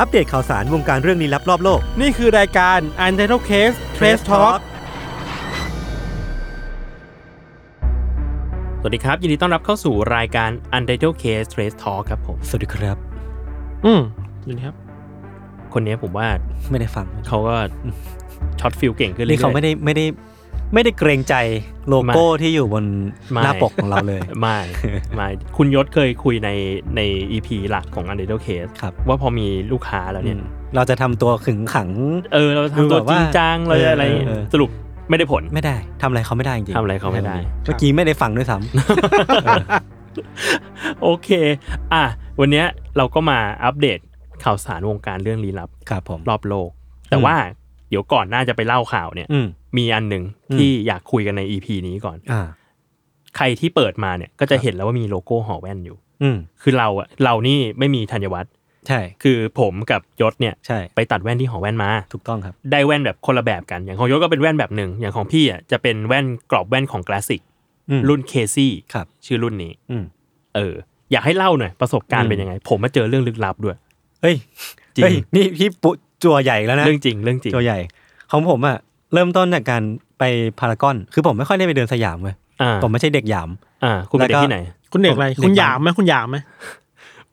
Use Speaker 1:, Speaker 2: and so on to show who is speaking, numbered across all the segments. Speaker 1: อัปเดตข่าวสารวงการเรื่องลี้ลับรอบโลก
Speaker 2: นี่คือรายการ u n t i t l e d Case Trace Talk สวัสดีครับ ยินดีต้อนรับเข้าสู่รายการ u n t i t l e d Case Trace Talk ครับผม
Speaker 1: สวัสดีครับ
Speaker 2: อืมยินดีครับ คนนี้ผมว่า
Speaker 1: ไม่ได้ฟัง
Speaker 2: เขาก็ ช็อตฟิลเก่งขึ้นเรื่
Speaker 1: นี่
Speaker 2: อยๆ
Speaker 1: เขาไม่ได้ไม่ได้ไม่ได้เกรงใจโลโก้ที่อยู่บน
Speaker 2: ไม่
Speaker 1: หน้าปกของเราเลย
Speaker 2: ไม่ ไม่คุณยศเคยคุยในใน EP หลักของ u n t i t l e d Case
Speaker 1: ครับ
Speaker 2: ว่าพอมีลูกค้าแล้ว
Speaker 1: อื
Speaker 2: เนี่ย
Speaker 1: มเราจะทำตัวขึงขัง
Speaker 2: เออ เราจะทำตัวจริงจังเราจะอะไร
Speaker 1: เออเออเออ
Speaker 2: สรุปไม่ได้ผล
Speaker 1: ไม่ได้ทำอะไรเขาไม่ได้จริงๆ
Speaker 2: ทำอะไรเขาไม่ได้
Speaker 1: เมื่อกี้ไม่ได้ฟังด้วยซ้
Speaker 2: โอเค อ่ะ วันเนี้ยเราก็มาอัปเดตข่าวสารวงการเรื่องลี้ลับ
Speaker 1: ำ ครับผม
Speaker 2: รอบโลก แต่ว่าเดี๋ยวก่อนหน่าจะไปเล่าข่าวเนี่ย
Speaker 1: อืม
Speaker 2: มีอันหนึ่ง
Speaker 1: อืม
Speaker 2: ที่อยากคุยกันใน EP นี้ก่อน
Speaker 1: อ่า
Speaker 2: ใครที่เปิดมาเนี่ยก็จะเห็นแล้วว่ามีโลโก้หอแว่นอยู่
Speaker 1: อืม
Speaker 2: คือเราอะเรานี่ไม่มีธัญวัฒน์
Speaker 1: ใช่
Speaker 2: คือผมกับยศเนี่ย
Speaker 1: ใช่
Speaker 2: ไปตัดแว่นที่หอแว่นมา
Speaker 1: ถูกต้องครับ
Speaker 2: ได้แว่นแบบคนละแบบกัน อย่างของยศก็เป็นแว่นแบบหนึ่ง อย่างของพี่อ่ะจะเป็นแว่นกรอบแว่นของกลาสสิก
Speaker 1: อืม
Speaker 2: รุ่นเคซี่
Speaker 1: ครับ
Speaker 2: ชื่อรุ่นนี้
Speaker 1: อืม
Speaker 2: เออ อยากให้เล่าหน่อยประสบการณ์
Speaker 1: อืม
Speaker 2: เป็นยังไง ผมมาเจอเรื่องลึกลับด้วย
Speaker 1: เฮ้ย
Speaker 2: จริง
Speaker 1: เฮ้ยนี่พี่ปุจัวใหญ่แล้วนะ
Speaker 2: เรื่องจริงเรื่องจริง
Speaker 1: ตัวใหญ่ของผมอะเริ่มต้นจากการไปพารากอน คือผมไม่ค่อยได้ไปเดินสยามเว้ย
Speaker 2: อ่า
Speaker 1: ผมไม่ใช่เด็กหยาม
Speaker 2: อ่าคุณเป็นเด็
Speaker 1: แล้ว
Speaker 2: ก
Speaker 1: ก็
Speaker 2: ที่ไหน
Speaker 3: คุณเด็กอะไร
Speaker 1: ผม
Speaker 3: คุณ
Speaker 1: เด็กบ้าน
Speaker 3: หยามไหมคุณหยามไหม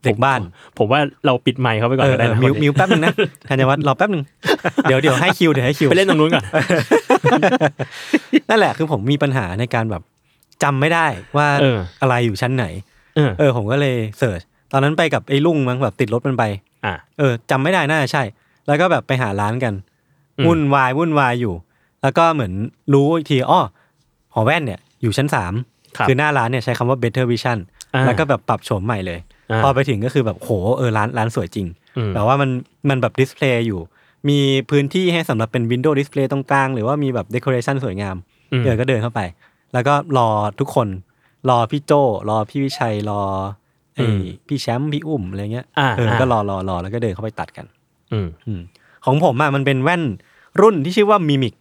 Speaker 1: เด็กบ้าน
Speaker 2: ผมว่าเราปิดไมค์เขาไปก่อ
Speaker 1: เอน อ
Speaker 2: ก็ได้
Speaker 1: เออ
Speaker 2: นะ
Speaker 1: มิว
Speaker 2: คนนี้
Speaker 1: มิวแป๊บนึ งนะ ธัญวัฒน์รอแป๊บนึง เดี๋ยวเดี๋ยวให้คิวเดี๋ยวให้คิว
Speaker 2: ไปเล่นตรงนู้นก่อน
Speaker 1: นั่นแหละคือผมมีปัญหาในการแบบจำไม่ได้ว่า
Speaker 2: เออ
Speaker 1: อะไรอยู่ชั้นไหน
Speaker 2: เออ
Speaker 1: เออผมก็เลยเสิร์ชตอนนั้นไปกับไอ้ลุงมั้งแบบติดรถมันไป
Speaker 2: อ่า
Speaker 1: เออจำไม่ได้น่าจะใช่ แล้วก็แบบไปหาร้านกัน
Speaker 2: อืม
Speaker 1: วุ่นวายวุ่นวายอยู่ แล้วก็เหมือนรู้อีกทีอ้อหอแว่นเนี่ยอยู่ชั้นสาม
Speaker 2: ครับ
Speaker 1: คือหน้าร้านเนี่ยใช้คำว่า better vision
Speaker 2: อ่า
Speaker 1: แล้วก็แบบปรับโฉมใหม่เลย
Speaker 2: อ่า
Speaker 1: พอไปถึงก็คือแบบโหเออร้านร้านสวยจริง
Speaker 2: ม
Speaker 1: แต่ว่ามันมันแบบดิสเพลย์อยู่ มีพื้นที่ให้สำหรับเป็นวินโดว์ดิสเพลย์ตรงกลาง หรือว่ามีแบบเด o อเรชันสวยงาม
Speaker 2: ม
Speaker 1: เออก็เดินเข้าไป แล้วก็รอทุกคน รอพี่โจรอพี่วิชัย รอไอ้พี่แชมป์พี่อุ้มอะไรเงี้ย
Speaker 2: อ่า
Speaker 1: เอออา ก็รอรอรอแล้วก็เดินเข้าไปตัดกัน
Speaker 2: อืม
Speaker 1: อืมของผมอะมันเป็นแว่นรุ่นที่ชื่อว่ามิมิก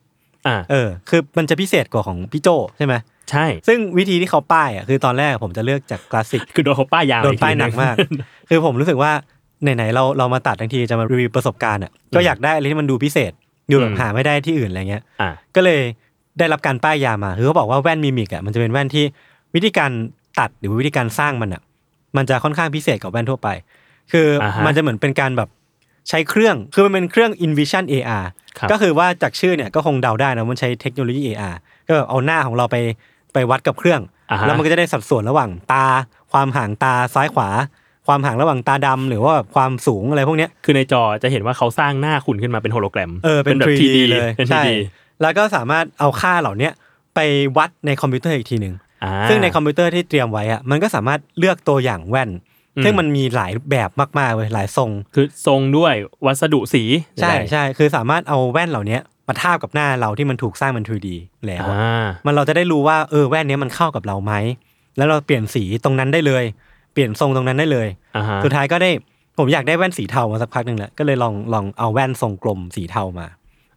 Speaker 2: อ่า
Speaker 1: เออคือมันจะพิเศษกว่าของพี่โจใช่ไหม
Speaker 2: ใช่
Speaker 1: ซึ่งวิธีที่เขาป้ายอ่ะคือตอนแรกผมจะเลือกจากคลาสสิก
Speaker 2: คือโดนเขาป้ายยาว
Speaker 1: โดนป้าย
Speaker 2: อีที
Speaker 1: หนักมาก คือผมรู้สึกว่า ไหนๆเราเรามาตัดทั้งทีจะมารีวิวประสบการณ์อ่ะก็อยากได้อะไรที่มันดูพิเศษ ดูแบบหาไม่ได้ที่อื่นอะไรเงี้ย
Speaker 2: อ่า
Speaker 1: ก็เลยได้รับการป้ายยามาคือเขาบอกว่าแว่นมิมิกอ่ะมันจะเป็นแว่นที่วิธีการตัดหรือวิธีการสร้างมันอ่ะมันจะค่อนข้างพิเศษกว่าแว่นทั่วไป คืออา
Speaker 2: ฮะ
Speaker 1: มันจะเหมือนเป็นการแบบใช้เครื่องคือมันเป็นเครื่อง InVision AR
Speaker 2: ครับ
Speaker 1: ก็คือว่าจากชื่อเนี่ยก็คงเดาได้นะมันใช้เทคโนโลยี AR ก็แบบเอาหน้าของเราไปไปวัดกับเครื่อง
Speaker 2: อ่าฮะ
Speaker 1: แล้วมันก็จะได้สัดส่วนระหว่างตา ความห่างตาซ้ายขวา ความห่างระหว่างตาดำหรือว่าแบบความสูงอะไรพวกเนี้ย
Speaker 2: คือในจอจะเห็นว่าเขาสร้างหน้าคุณขึ้นมาเป็นโฮโลแกรม
Speaker 1: เออเป็น
Speaker 2: แบบ
Speaker 1: 3D เลย
Speaker 2: เป็น
Speaker 1: ใช่
Speaker 2: 3D
Speaker 1: แล้วก็สามารถเอาค่าเหล่าเนี้ยไปวัดในคอมพิวเตอร์อีกทีหนึ่ง
Speaker 2: อ่า
Speaker 1: ซึ่งในคอมพิวเตอร์ที่เตรียมไว้อะมันก็สามารถเลือกตัวอย่างแว่น
Speaker 2: อืม
Speaker 1: ซึ่งมันมีหลายแบบมากๆเว้ยหลายทรง
Speaker 2: คือทรงด้วยวัสดุสี
Speaker 1: ใช่
Speaker 2: ดๆ
Speaker 1: ใช่คือสามารถเอาแว่นเหล่าเนี้ยมาทาบกับหน้าเราที่มันถูกสร้างเป็น 3D แล้วอะ
Speaker 2: อ่า
Speaker 1: มันเราจะได้รู้ว่าเออแว่นเนี้ยมันเข้ากับเราไหมแล้วเราเปลี่ยนสีตรงนั้นได้เลย เปลี่ยนทรงตรงนั้นได้เลย
Speaker 2: อ่าฮะ
Speaker 1: สุดท้ายก็ได้ผมอยากได้แว่นสีเทามาสักพักหนึ่งแล้วก็เลยลองลองเอาแว่นทรงกลมสีเทามา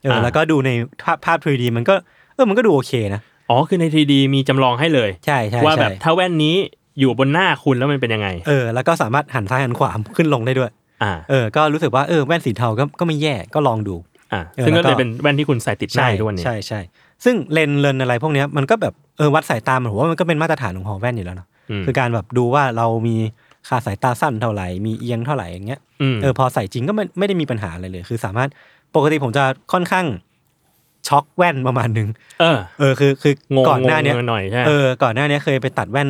Speaker 1: เอออา แล้วก็ดูในภาพภาพ 3D มันก็เออมันก็ดูโอเคนะ
Speaker 2: อ๋อคือใน 3D มีจำลองให้เลย
Speaker 1: ใช่ใช่
Speaker 2: ว่าแบบ
Speaker 1: ใช่
Speaker 2: ถ้าแว่นนี้อยู่บนหน้าคุณแล้วมันเป็นยังไง
Speaker 1: เออแล้วก็สามารถหันซ้ายหันขวาขึ้นลงได้ด้วย
Speaker 2: อ่า
Speaker 1: เออก็รู้สึกว่าเออแว่นสีเทาก็ก็ไม่แย่ก็ลองดู
Speaker 2: อ่า
Speaker 1: เออ
Speaker 2: ซึ่ง
Speaker 1: แล้
Speaker 2: ก็
Speaker 1: วก็
Speaker 2: เลยเป็นแว่นที่คุณใส่ติดหน้าอยู่ด้วยเนี่ย
Speaker 1: ใช่ใช่ ซึ่งเลนส์เลนส์อะไรพวกเนี้ยมันก็แบบเออวัดสายตามันผมว่ามันก็เป็นมาตรฐานของหอแว่นอยู่แล้วเนาะ
Speaker 2: อืม
Speaker 1: คือการแบบดูว่าเรามีค่าสายตาสั้นเท่าไหร่มีเอียงเท่าไหร่อย่างเงี้ย
Speaker 2: อืม
Speaker 1: เออพอใส่จริงก็ไม่ไม่ได้มีปัญหาอะไรเลย คือสามารถปกติผมจะค่อนข้างช็อกแว่นประมาณหนึง
Speaker 2: เออ
Speaker 1: เออคือคือง
Speaker 2: ง
Speaker 1: ก่อนหน้าเนี้ย
Speaker 2: งงหน่อยใช่ไหม
Speaker 1: เออก่อนหน้าเนี้ยเคยไปตัดแว่น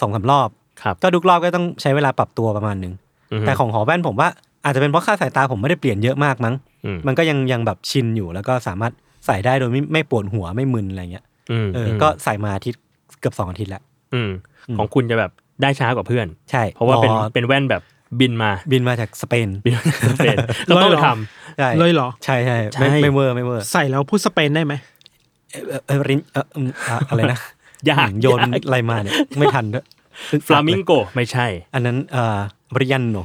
Speaker 1: สองสามรอบ
Speaker 2: ครับ
Speaker 1: ก็ทุกรอบก็ต้องใช้เวลาปรับตัวประมาณหนึง
Speaker 2: อือฮึ
Speaker 1: แต่ของหอแว่นผมว่าอาจจะเป็นเพราะค่าสายตาผมไม่ได้เปลี่ยนเยอะมากมั้ง
Speaker 2: อืม
Speaker 1: มันก็ยังยังแบบชินอยู่แล้วก็สามารถใส่ได้โดยไม่ไม่ปวดหัวไม่มึนอะไรเงี้ย
Speaker 2: อืม
Speaker 1: เอออก็ใส่มาอาทิตย์เกือบสองอาทิตย์แล้ว
Speaker 2: อืมของคุณจะแบบได้ช้ากว่าเพื่อน
Speaker 1: ใช่
Speaker 2: เพราะว่าเป็น
Speaker 1: พอ
Speaker 2: เป็นแว่นแบบบินมา
Speaker 1: บินมาจากสเปน
Speaker 2: บินมาจากส เปนแล้วก็ไปท
Speaker 1: ใช่
Speaker 4: เลยเหรอ
Speaker 1: ใช่ใช่
Speaker 2: ใช่
Speaker 1: ไม่ไม่เวอร์ไม่เวอร์
Speaker 4: ใส่แล้วพูดสเปนได้ไหม
Speaker 1: เอ่อเอ่อเออรินเอออืมอ่ะอะไรนะ
Speaker 2: ำยาก
Speaker 1: โยนอะไรมาเนี่ยไม่ทันด้วย
Speaker 2: ฟลามิงโกไม่ใช่
Speaker 1: อันนั้นเอ่อบริยันโน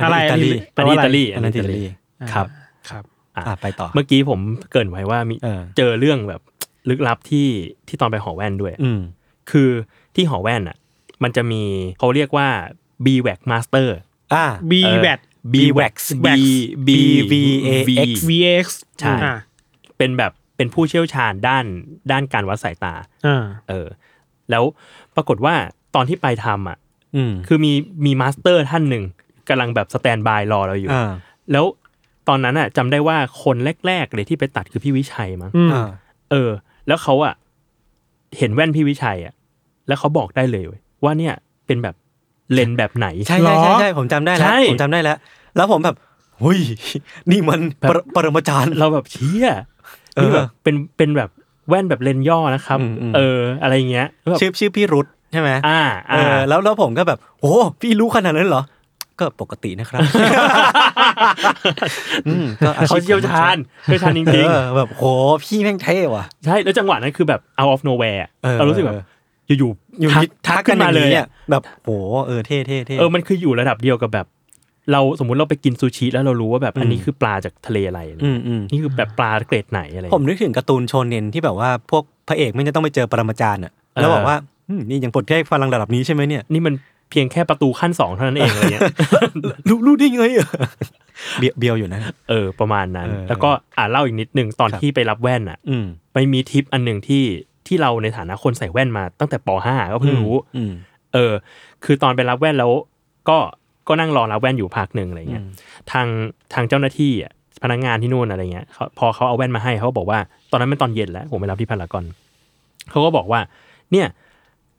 Speaker 4: อะไร
Speaker 1: อิตาลี
Speaker 4: อันนี้
Speaker 2: อิตาลี
Speaker 1: อันนั้นอิตาลี
Speaker 2: ครับ
Speaker 4: ครับ
Speaker 2: อ่ะ
Speaker 1: อ่ะไปต่อ
Speaker 2: เมื่อกี้ผมเกรินไว้ว่ามี
Speaker 1: เออ
Speaker 2: เจอเรื่องแบบลึกลับที่ที่ตอนไปหอแว่นด้วย
Speaker 1: อืม
Speaker 2: คือที่หอแว่นอ่ะ มันจะมีเขาเรียกว่า b w a c Master
Speaker 1: อ่า
Speaker 4: B v a t
Speaker 2: b w a c b
Speaker 1: Wax
Speaker 2: b
Speaker 1: B V A X
Speaker 4: V X
Speaker 2: ใช่ เป็นแบบเป็นผู้เชี่ยวชาญด้านด้านการวัดสายตา
Speaker 4: อ่า
Speaker 2: เออ แล้วปรากฏว่าตอนที่ไปทำอ่ะ
Speaker 1: อืม
Speaker 2: คือมีมีมาสเตอร์ท่านหนึ่งกำลังแบบสแตนบายรอเราอยู่
Speaker 1: อ่า
Speaker 2: แล้วตอนนั้นอ่ะจำได้ว่าคนแรก ๆ เลยที่ไปตัดคือพี่วิชัยมั้ง
Speaker 4: อืม
Speaker 1: อ่า
Speaker 2: เออ แล้วเขาอ่ะเห็นแว่นพี่วิชัยอ่ะ แล้วเขาบอกได้เลยเว้ยว่าเนี่ยเป็นแบบเลนส์แบบไหน
Speaker 1: ใช่
Speaker 4: เหร
Speaker 1: ใช่
Speaker 4: อ
Speaker 1: ใช่ใช่ผมจำได้แล้ว
Speaker 2: ใช่
Speaker 1: ผมจำได้แล้ว แล้วผมแบบหุย นี่มัน
Speaker 2: แบบ
Speaker 1: ปรปรมาจารย์
Speaker 2: เราแบบเชี่ย
Speaker 1: เออ
Speaker 2: นี่แบบเป็นเป็นแบบแว่นแบบเลนส์ย่อนะครับ
Speaker 1: อืมอืม
Speaker 2: เออ อะไรเงี้ยแล้วแบบ
Speaker 1: ชื่อชื่อพี่รุธใช่ไหม
Speaker 2: อ่า
Speaker 1: เอ
Speaker 2: อ่า
Speaker 1: อแล้วแล้วผมก็แบบโอ้พี่รู้ขนาดนั้นเหรอ ก็ปกตินะครับ อืมก็อพ
Speaker 2: เขาเชี่ยวชาญเชี่ยวชาญจริง
Speaker 1: เออแบบโหพี่แม่งเท่ว่ะ
Speaker 2: ๆ ใช่ แล้วจังหวะนั้นคือแบบ out of nowhere อะ
Speaker 1: เออ
Speaker 2: เรารู้สึกแบบ อยู่ๆ
Speaker 1: อยู่
Speaker 2: ทั
Speaker 1: ดีทักกันมาเลย
Speaker 2: อะ
Speaker 1: อ่ะแบบโหเออเท่เท่เท่
Speaker 2: เออมันคืออยู่ระดับเดียวกับแบบ เราสมมุติเราไปกินซูชิแล้วเรารู้ว่าแบบอันนี้
Speaker 1: อืม
Speaker 2: คือปลาจากทะเลอะไรอะไร
Speaker 1: อืมอืม
Speaker 2: นี่คือแบบปลาเกรดไหนอะไร
Speaker 1: ผมนึกถึงการ์ตูนโชนเนนที่แบบว่าพวกพระเอกไม่จะต้องไปเจอปรมาจารย์อ่ะแล้วบอกว่าอืมนี่ยังปลดแค่พลังระดับนี้ใช่ไหมเนี่ย
Speaker 2: นี่มันเพียงแค่ประตูขั้นสองเท่านั้นเองอะไรเงี้ย
Speaker 1: รู้รู้ได้ไงอะเบียวเบียวอยู่นะ
Speaker 2: เออประมาณนั้น
Speaker 1: เออ
Speaker 2: แล้วก็อ่าเล่าอีกนิดนึงตอน
Speaker 1: ครับ
Speaker 2: ที่ไปรับแว่นอ่ะ
Speaker 1: อืม
Speaker 2: มันมีทิปอันหนึ่งที่ที่เราในฐานะคนใส่แว่นมาตั้งแต่ป .5 ก็เพิ่งรู้
Speaker 1: อืม
Speaker 2: เออ คือตอนไปรับแว่นแล้วก็ก็นั่งรอรับแว่นอยู่พักหนึ่งอะไรเงี้ยทางทางเจ้าหน้าที่อะพนักงานที่นู่นอะไรเงี้ยเขาพอเขาเอาแว่นมาให้เขาก็บอกว่าตอนนั้นเป็นตอนเย็นแล้วผมไปรับที่พารากอนเขาก็บอกว่า เนี่ย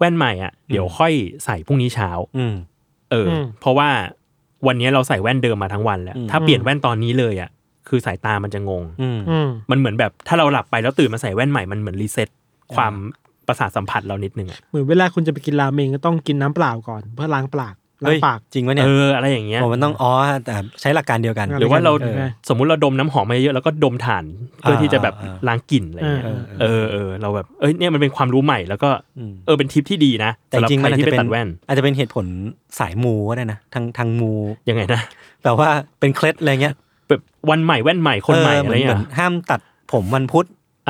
Speaker 2: แว่นใหม่อ่ะเดี๋ยวค่อยใส่พรุ่งนี้เช้า
Speaker 1: อืม
Speaker 2: เอออ
Speaker 4: ม
Speaker 2: เพราะว่าวันนี้เราใส่แว่นเดิมมาทั้งวันแล้ว
Speaker 1: อืม
Speaker 2: ถ้าเปลี่ยนแว่นตอนนี้เลยอ่ะคือสายตามันจะงง
Speaker 1: อืม
Speaker 4: อืม
Speaker 2: มันเหมือนแบบถ้าเราหลับไปแล้วตื่นมาใส่แว่นใหม่มันเหมือนรีเซ็ตความประสาทสัมผัสเรานิดนึงอะ
Speaker 4: เหมือนเวลาคุณจะไปกินราเมงก็ต้องกินน้ำเปล่าก่อนเพื่อล้างปากล้า
Speaker 1: เฮ้
Speaker 4: ง
Speaker 1: ย
Speaker 4: ปาก
Speaker 1: จริงวะเนี่ย
Speaker 2: เอออะไรอย่างเงี้ย
Speaker 1: ผมมันต้องอ๋อแต่ใช้หลักการเดียวกัน
Speaker 4: ห
Speaker 2: หรือว่าเรา
Speaker 4: เออ
Speaker 2: สมมุติเราดมน้ำหอมมาเยอะแล้วก็ดมถ่านเพื่อที่จะแบบ
Speaker 1: อ่าอ่า
Speaker 2: ล้างกลิ่นอะไรเงี้ย
Speaker 4: เออ
Speaker 2: เออเออเราแบบเอ้ยเนี่ยมันเป็นความรู้ใหม่แล้วก็
Speaker 1: อืม
Speaker 2: เออเป็นทิปที่ดีนะ
Speaker 1: แต่
Speaker 2: สำหรับ
Speaker 1: จริง
Speaker 2: ใค
Speaker 1: มั
Speaker 2: ร
Speaker 1: นอาจ
Speaker 2: ที่
Speaker 1: จะ
Speaker 2: ไป
Speaker 1: เป็
Speaker 2: ตั
Speaker 1: น
Speaker 2: ดแว่น
Speaker 1: อาจจะเป็นเหตุผลสายมูก็ได้นะทางทางมู
Speaker 2: ยังไงนะ
Speaker 1: แบบว่าเป็นเคล็ดอะไรเงี้ย
Speaker 2: แบบวันใหม่แว่นใหม่คนใหม่อะไร
Speaker 1: เเมื
Speaker 2: เงี้
Speaker 1: น
Speaker 2: ย
Speaker 1: ห้ามตัดผมวันพุธ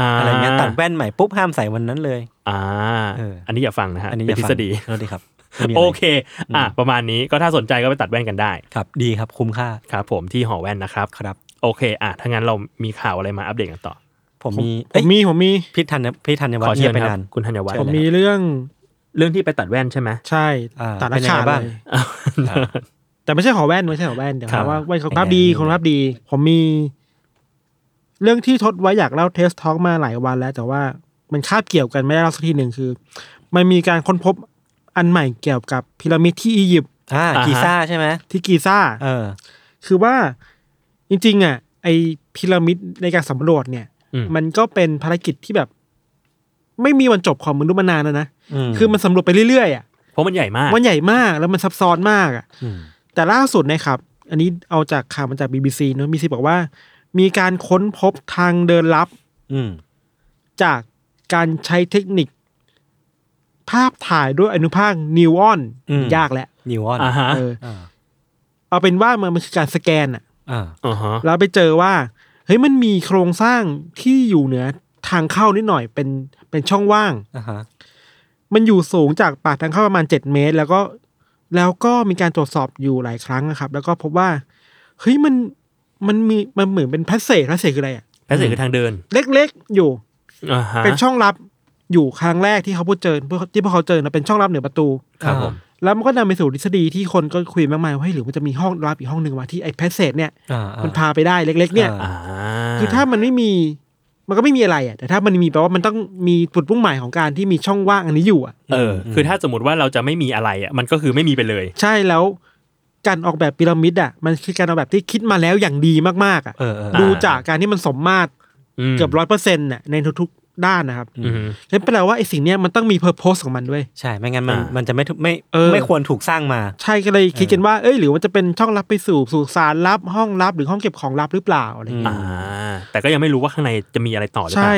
Speaker 2: า
Speaker 1: อะไรเงี้ยตัดแว่นใหม่ปุ๊บห้ามใส่วันนั้นเลย
Speaker 2: อ่า
Speaker 1: เอออั
Speaker 2: อันนี้อย่าฟังนะฮะ
Speaker 1: อันนี้
Speaker 2: เป็นทฤษฎี
Speaker 1: โทษดีครับไม่มีะไร
Speaker 2: โอเค อ่ะ ประมาณนี้ก็ถ้าสนใจก็ไปตัดแว่นกันได้
Speaker 1: ครับดีครับคุ้มค่า
Speaker 2: ครับผมที่หอแว่นนะครับ
Speaker 1: ครับ
Speaker 2: โอเค อ่ะถ้างั้นเรามีข่าวอะไรมาอัปเดตกันต่อ
Speaker 1: ผมมี
Speaker 4: ผ
Speaker 1: เอ้ย
Speaker 4: มมีผมมี
Speaker 1: พี่ทันพี่ธัญวั
Speaker 2: ข
Speaker 1: ฒ
Speaker 2: อ
Speaker 1: น์
Speaker 2: เชิ
Speaker 1: เงีย
Speaker 2: ญ
Speaker 1: บไป
Speaker 2: ครับ
Speaker 1: นาน
Speaker 2: คุณธัญวัฒน์
Speaker 4: ผมมีเรื่อง
Speaker 2: เรื่องที่ไปตัดแว่นใช่ไหม
Speaker 4: ใช่
Speaker 1: อ่า
Speaker 4: ตัดรา
Speaker 1: เป็นยัง
Speaker 4: คา
Speaker 1: ไงบ้าง
Speaker 4: เลยแต่ไม่ใช่หอแว่นไม่ใช่หอแว่นเดี๋ยว
Speaker 2: ครั
Speaker 4: หา
Speaker 2: บ
Speaker 4: ว่าแว่นคุณภาพดีคุณภาพดี ผมมี เรื่องที่ทดไว้อยากเล่าเทสท็อกมาหลายวันแล้ว แต่ว่ามันคาบเกี่ยวกันไม่ได้เล่าสักทีหนึ่งคือ มันมีการค้นพบอันใหม่เกี่ยวกับพีระมิดที่อียิปต์
Speaker 1: อ่า
Speaker 2: อ่าฮะ
Speaker 1: กีซ่าใช่ไหม
Speaker 4: ที่กีซ่า
Speaker 1: เออ
Speaker 4: คือว่าจริงๆอ่ะไอพีระมิดในการสำรวจเนี่ย
Speaker 2: อืม
Speaker 4: มันก็เป็นภารกิจที่แบบ ไม่มีวันจบของมนุษย์มานานแล้วนะ
Speaker 1: อืม
Speaker 4: คือมันสำรวจไปเรื่อยๆอ่ะ
Speaker 2: เพราะมันใหญ่มาก
Speaker 4: มันใหญ่มากแล้วมันซับซ้อนมากอ่ะ
Speaker 1: อืม
Speaker 4: แต่ล่าสุดเนะครับ อันนี้เอาจากข่าวมาจาก BBC เนอะ BBC บอกว่า มีการค้นพบทางเดินลับ
Speaker 1: อืม
Speaker 4: จากการใช้เทคนิค ภาพถ่ายด้วยอนุภาคนิวออนยากแหละ
Speaker 1: นิวออน
Speaker 2: อ่าฮะ
Speaker 4: เอออเอาเป็นว่ามันมันคือการสแกนอ่ะ
Speaker 1: อ่า
Speaker 2: อ่าฮะ
Speaker 4: แล้วไปเจอว่าเฮ้ยมันมีโครงสร้างที่อยู่เหนือทางเข้านิดหน่อยเป็นเป็นช่องว่าง
Speaker 1: อ่าฮะ
Speaker 4: มันอยู่สูงจากปากทางเข้าประมาณเจ็ดเมตร แล้วก็แล้วก็มีการตรวจสอบอยู่หลายครั้งนะครับ แล้วก็พบว่าเฮ้ยมันมันมีมันเหมือนเป็นแพสเซจแพสเซจคืออะไรอะ
Speaker 2: แพสเซจคือทางเดิน
Speaker 4: เล็กๆอยู่
Speaker 2: อ่าฮะ
Speaker 4: เป็นช่องลับอยู่ครั้งแรกที่เขาพูดเจอที่พวกเขาเจอนะเป็นช่องลับเหนือประตู
Speaker 2: ครับผม
Speaker 4: แล้วมันก็นำไปสู่ทฤษฎีที่คนก็คุยมากมายว่าเฮ้ยหรือมันจะมีห้องลับอีกห้องหนึ่งวะที่ไอ้แพสเซจเนี่ย
Speaker 1: อ่าอ่า
Speaker 4: มันพาไปได้เล็ก ๆ เนี่ย
Speaker 1: อ่
Speaker 2: อ่า
Speaker 4: คือถ้ามันไม่มีมันก็ไม่มีอะไรอ่ะแต่ถ้ามันมีแปลว่ามันต้องมีจุดมุ่งหมายของการที่มีช่องว่างอันนี้อยู่อ่ะ
Speaker 2: เออ คือถ้าสมมติว่าเราจะไม่มีอะไรอ่ะมันก็คือไม่มีไปเลย
Speaker 4: ใช่แล้วการออกแบบพีระมิดอ่ะมันคือการออกแบบที่คิดมาแล้วอย่างดีมากๆอ่ะ
Speaker 1: เออเออ
Speaker 4: ดูจากการที่มันสมมาตร
Speaker 2: ม
Speaker 4: เกือบร้อยเปอร์เซ็นต์น่ะในทุกๆด้านนะครับ
Speaker 2: อืม
Speaker 4: นั่นแปลว่าไอ้สิ่งเนี้ยมันต้องมีเพอร์โพสของมันด้วย
Speaker 1: ใช่ไม่งั้นมัน
Speaker 2: อ่ามั
Speaker 1: มันจะไม่ถูกไม่
Speaker 4: เออ
Speaker 1: ไม่ควรถูกสร้างมา
Speaker 4: ใช่ก็เลยคิดกันว่าเอ้ยหรือว่าจะเป็นช่องลับไปสู่สู่สารลับห้องลับหรือห้องเก็บของลับหรือเปล่าอะไรอย่างเงี้ย
Speaker 2: อ่า แต่ก็ยังไม่รู้ว่าข้างในจะมีอะไรต่อหรือเป
Speaker 4: ใช่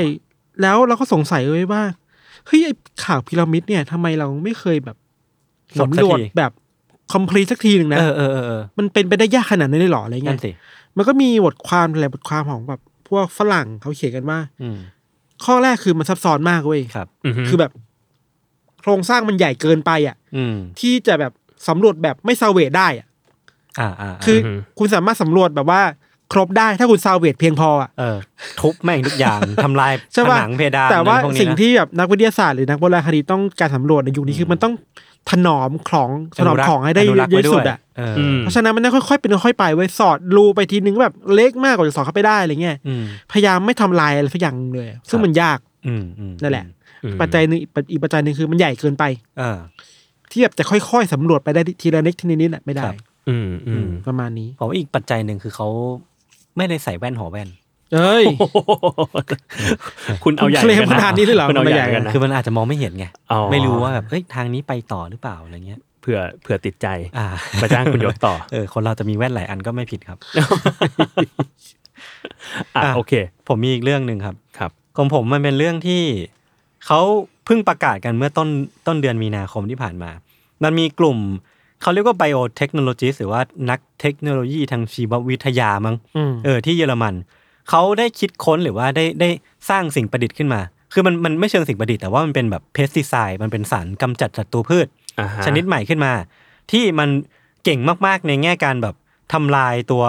Speaker 2: ล่า
Speaker 4: แล้วเราก็สงสัยไว้ว่าเฮ้ยไอ้ข่าวพีระมิดเนี่ยทำไมเราไม่เคยแบบ
Speaker 1: หมดสักที
Speaker 4: สำรวจแบบคอมพลีทสักทีหนึ่งนะ
Speaker 1: เออเออเออเออ
Speaker 4: มันเป็นไปได้ยากขนาดนั้นเลยเหรออะไร
Speaker 1: นั่
Speaker 4: เงี้
Speaker 1: น
Speaker 4: ย
Speaker 1: สิ
Speaker 4: มันก็มีบทความหลายบทความของแบบพวกฝรั่งเขาเขียนกันว่า
Speaker 1: อืม
Speaker 4: ข้อแรกคือมันซับซ้อนมากเว้ย
Speaker 1: ครับ
Speaker 2: ม
Speaker 4: คือแบบ โครงสร้างมันใหญ่เกินไปอ่ะ
Speaker 1: อืม
Speaker 4: ที่จะแบบสำรวจแบบไม่ซาเวดได้อ่ะ
Speaker 1: อ่าอ่าา
Speaker 4: คืออคุณสามารถสำรวจแบบว่า ครบได้ถ้าคุณซาเวดเพียงพออ่ะ
Speaker 1: เออทุบแม่งทุกอย่าง ทำลาย
Speaker 4: ใช่
Speaker 1: ผ
Speaker 4: ป่ะ
Speaker 1: นังเพดาน
Speaker 4: แต่ว่า
Speaker 1: พกนี้นะ
Speaker 4: สิ่งที่แบบนักวิทยาศาสตร์หรือนักโบราณคดีต้องการสำรวจในยุคนี้คือมันต้องถนอมของถนอมของให้ได้เยอะที่สุดอ่ะ
Speaker 1: เออ
Speaker 2: ม
Speaker 4: เพราะฉะนั้นมันต้องค่อยๆเป็นค่อยๆไปเว้ยสอดรูไปทีนึงก็แบบเล็กมากกว่าจะสอดเข้าไปได้อะไรเงี้ย
Speaker 1: อืม
Speaker 4: พยายามไม่ทำลายอะไรสักอย่างเลย ซึ่งมันยาก
Speaker 1: อืมอืม
Speaker 4: นั่นแหละ
Speaker 2: อืม
Speaker 4: ปัจจัยหนึงอีกปัจจัยหนึ่งคือมันใหญ่เกินไป
Speaker 1: เออ
Speaker 4: ที่แบบจะค่อยๆสำรวจไปได้ทีละเล็กทีละนิดน่ะไม่ได้
Speaker 1: ครับ
Speaker 2: อืมอืม
Speaker 4: ประมาณนี้
Speaker 1: ผมว่าอีกปัจจัยหนึ่งคือเขาไม่ได้ใส่แว่นหอแว่น
Speaker 4: เอ้ย
Speaker 2: คุณเอาใหญ่
Speaker 4: คุณเคลม
Speaker 2: กัะ
Speaker 4: ขนาดนี้เลยเหรอ
Speaker 2: คุณเอาใหญ่
Speaker 4: มันใหญ่
Speaker 2: กันนะ
Speaker 1: คือมันอาจจะมองไม่เห็นไง
Speaker 2: อ๋อ
Speaker 1: ไม่รู้ว่าแบบเอ้ยทางนี้ไปต่อหรือเปล่าอะไรเงี้ย
Speaker 2: เผื่อเผื่อติดใจ
Speaker 1: อ่า
Speaker 2: มาจ้างคุณยศต่อ
Speaker 1: เออคนเราจะมีแว่นหลายอันก็ไม่ผิดครับ
Speaker 2: อ่ะ
Speaker 1: อ่ะ
Speaker 2: โอเค
Speaker 1: ผมมีอีกเรื่องหนึ่งครับ
Speaker 2: ครับ
Speaker 1: ของผมมันเป็นเรื่องที่เขาเพิ่งประกาศกันเมื่อต้นต้นเดือนมีนาคมที่ผ่านมา มันมีกลุ่มเขาเรียกว่าไบโอเทคโนโลยีหรือว่านักเทคโนโลยีทางชีววิทยามั้ง
Speaker 4: อืม
Speaker 1: เออที่เยอรมัน เขาได้คิดค้นหรือว่าได้ได้สร้างสิ่งประดิษฐ์ขึ้นมา คือมันมันไม่เชิงสิ่งประดิษฐ์แต่ว่ามันเป็นแบบเพสติไซด์มันเป็นสารกำจัดศัตรูพืช
Speaker 2: อ่าฮะ
Speaker 1: ชนิดใหม่ขึ้นมา ที่มันเก่งมากๆในแง่การแบบทำลายตัว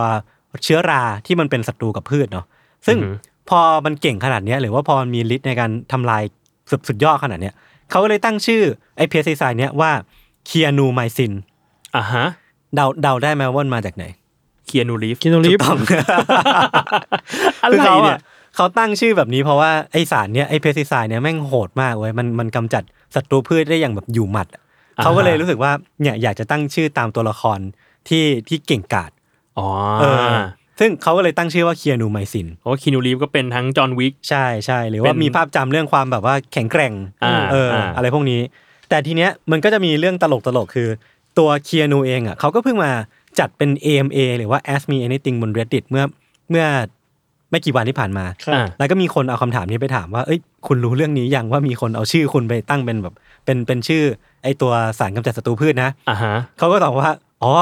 Speaker 1: เชื้อราที่มันเป็นศัตรูกับพืชเนาะซึ่งพอมันเก่งขนาดเนี้ยหรือว่าพอมันมีฤทธิ์ในการทำลายสุดสุดยอดขนาดเนี้ยเขาก็เลยตั้งชื่อไอ้เพสไซด์เนี้ยว่าเคียนูไมซิน
Speaker 2: อ่าฮะ
Speaker 1: เดาเดาได้ไหมว่ามันมาจากไหน
Speaker 2: เคียนูรีฟ
Speaker 4: Keanu Reeves
Speaker 2: อะไร
Speaker 1: คือเขา
Speaker 2: เนี่
Speaker 1: อะ
Speaker 2: ย
Speaker 1: เขาตั้งชื่อแบบนี้เพราะว่าไอสารเนี้ยไอเพสไซด์เนี้ยแม่งโหดมากเว้ยมันมันกำจัดศัตรูพืชได้อย่างแบบอยู่หมัดอะ เขาก็เลยรู้สึกว่าเนี่ยอยากจะตั้งชื่อตามตัวละครที่ที่เก่งกาจ
Speaker 2: อ๋อ
Speaker 1: เออซึ่งเขาก็เลยตั้งชื่อว่าเคียนูไมซิน
Speaker 2: โอ้คีนูรีฟก็เป็นทั้งจอห์นวิก
Speaker 1: ใช่ใช่หรือว่า
Speaker 2: เป็น
Speaker 1: มีภาพจำเรื่องความแบบว่าแข็งแกร่ง
Speaker 2: อ่า
Speaker 1: เอออา อะไรพวกนี้ แต่ทีเนี้ยมันก็จะมีเรื่องตลกตลกๆคือ ตัวเคียนูเองอ่ะเขาก็เพิ่งมาจัดเป็น AMA หรือว่า Ask Me Anything บน Reddit เมื่อเมื่อไม่กี่วันที่ผ่านมา
Speaker 2: อ่า
Speaker 1: แล้วก็มีคนเอาคำถามนี้ไปถามว่าเอ้ยคุณรู้เรื่องนี้ยังว่ามีคนเอาชื่อคุณไปตั้งเป็นแบบเป็นเป็นชื่อไอตัวสารกำจัดศัตรูพืชนะ
Speaker 2: อ่าฮะ
Speaker 1: เขาก็ตอบว่า อ๋อ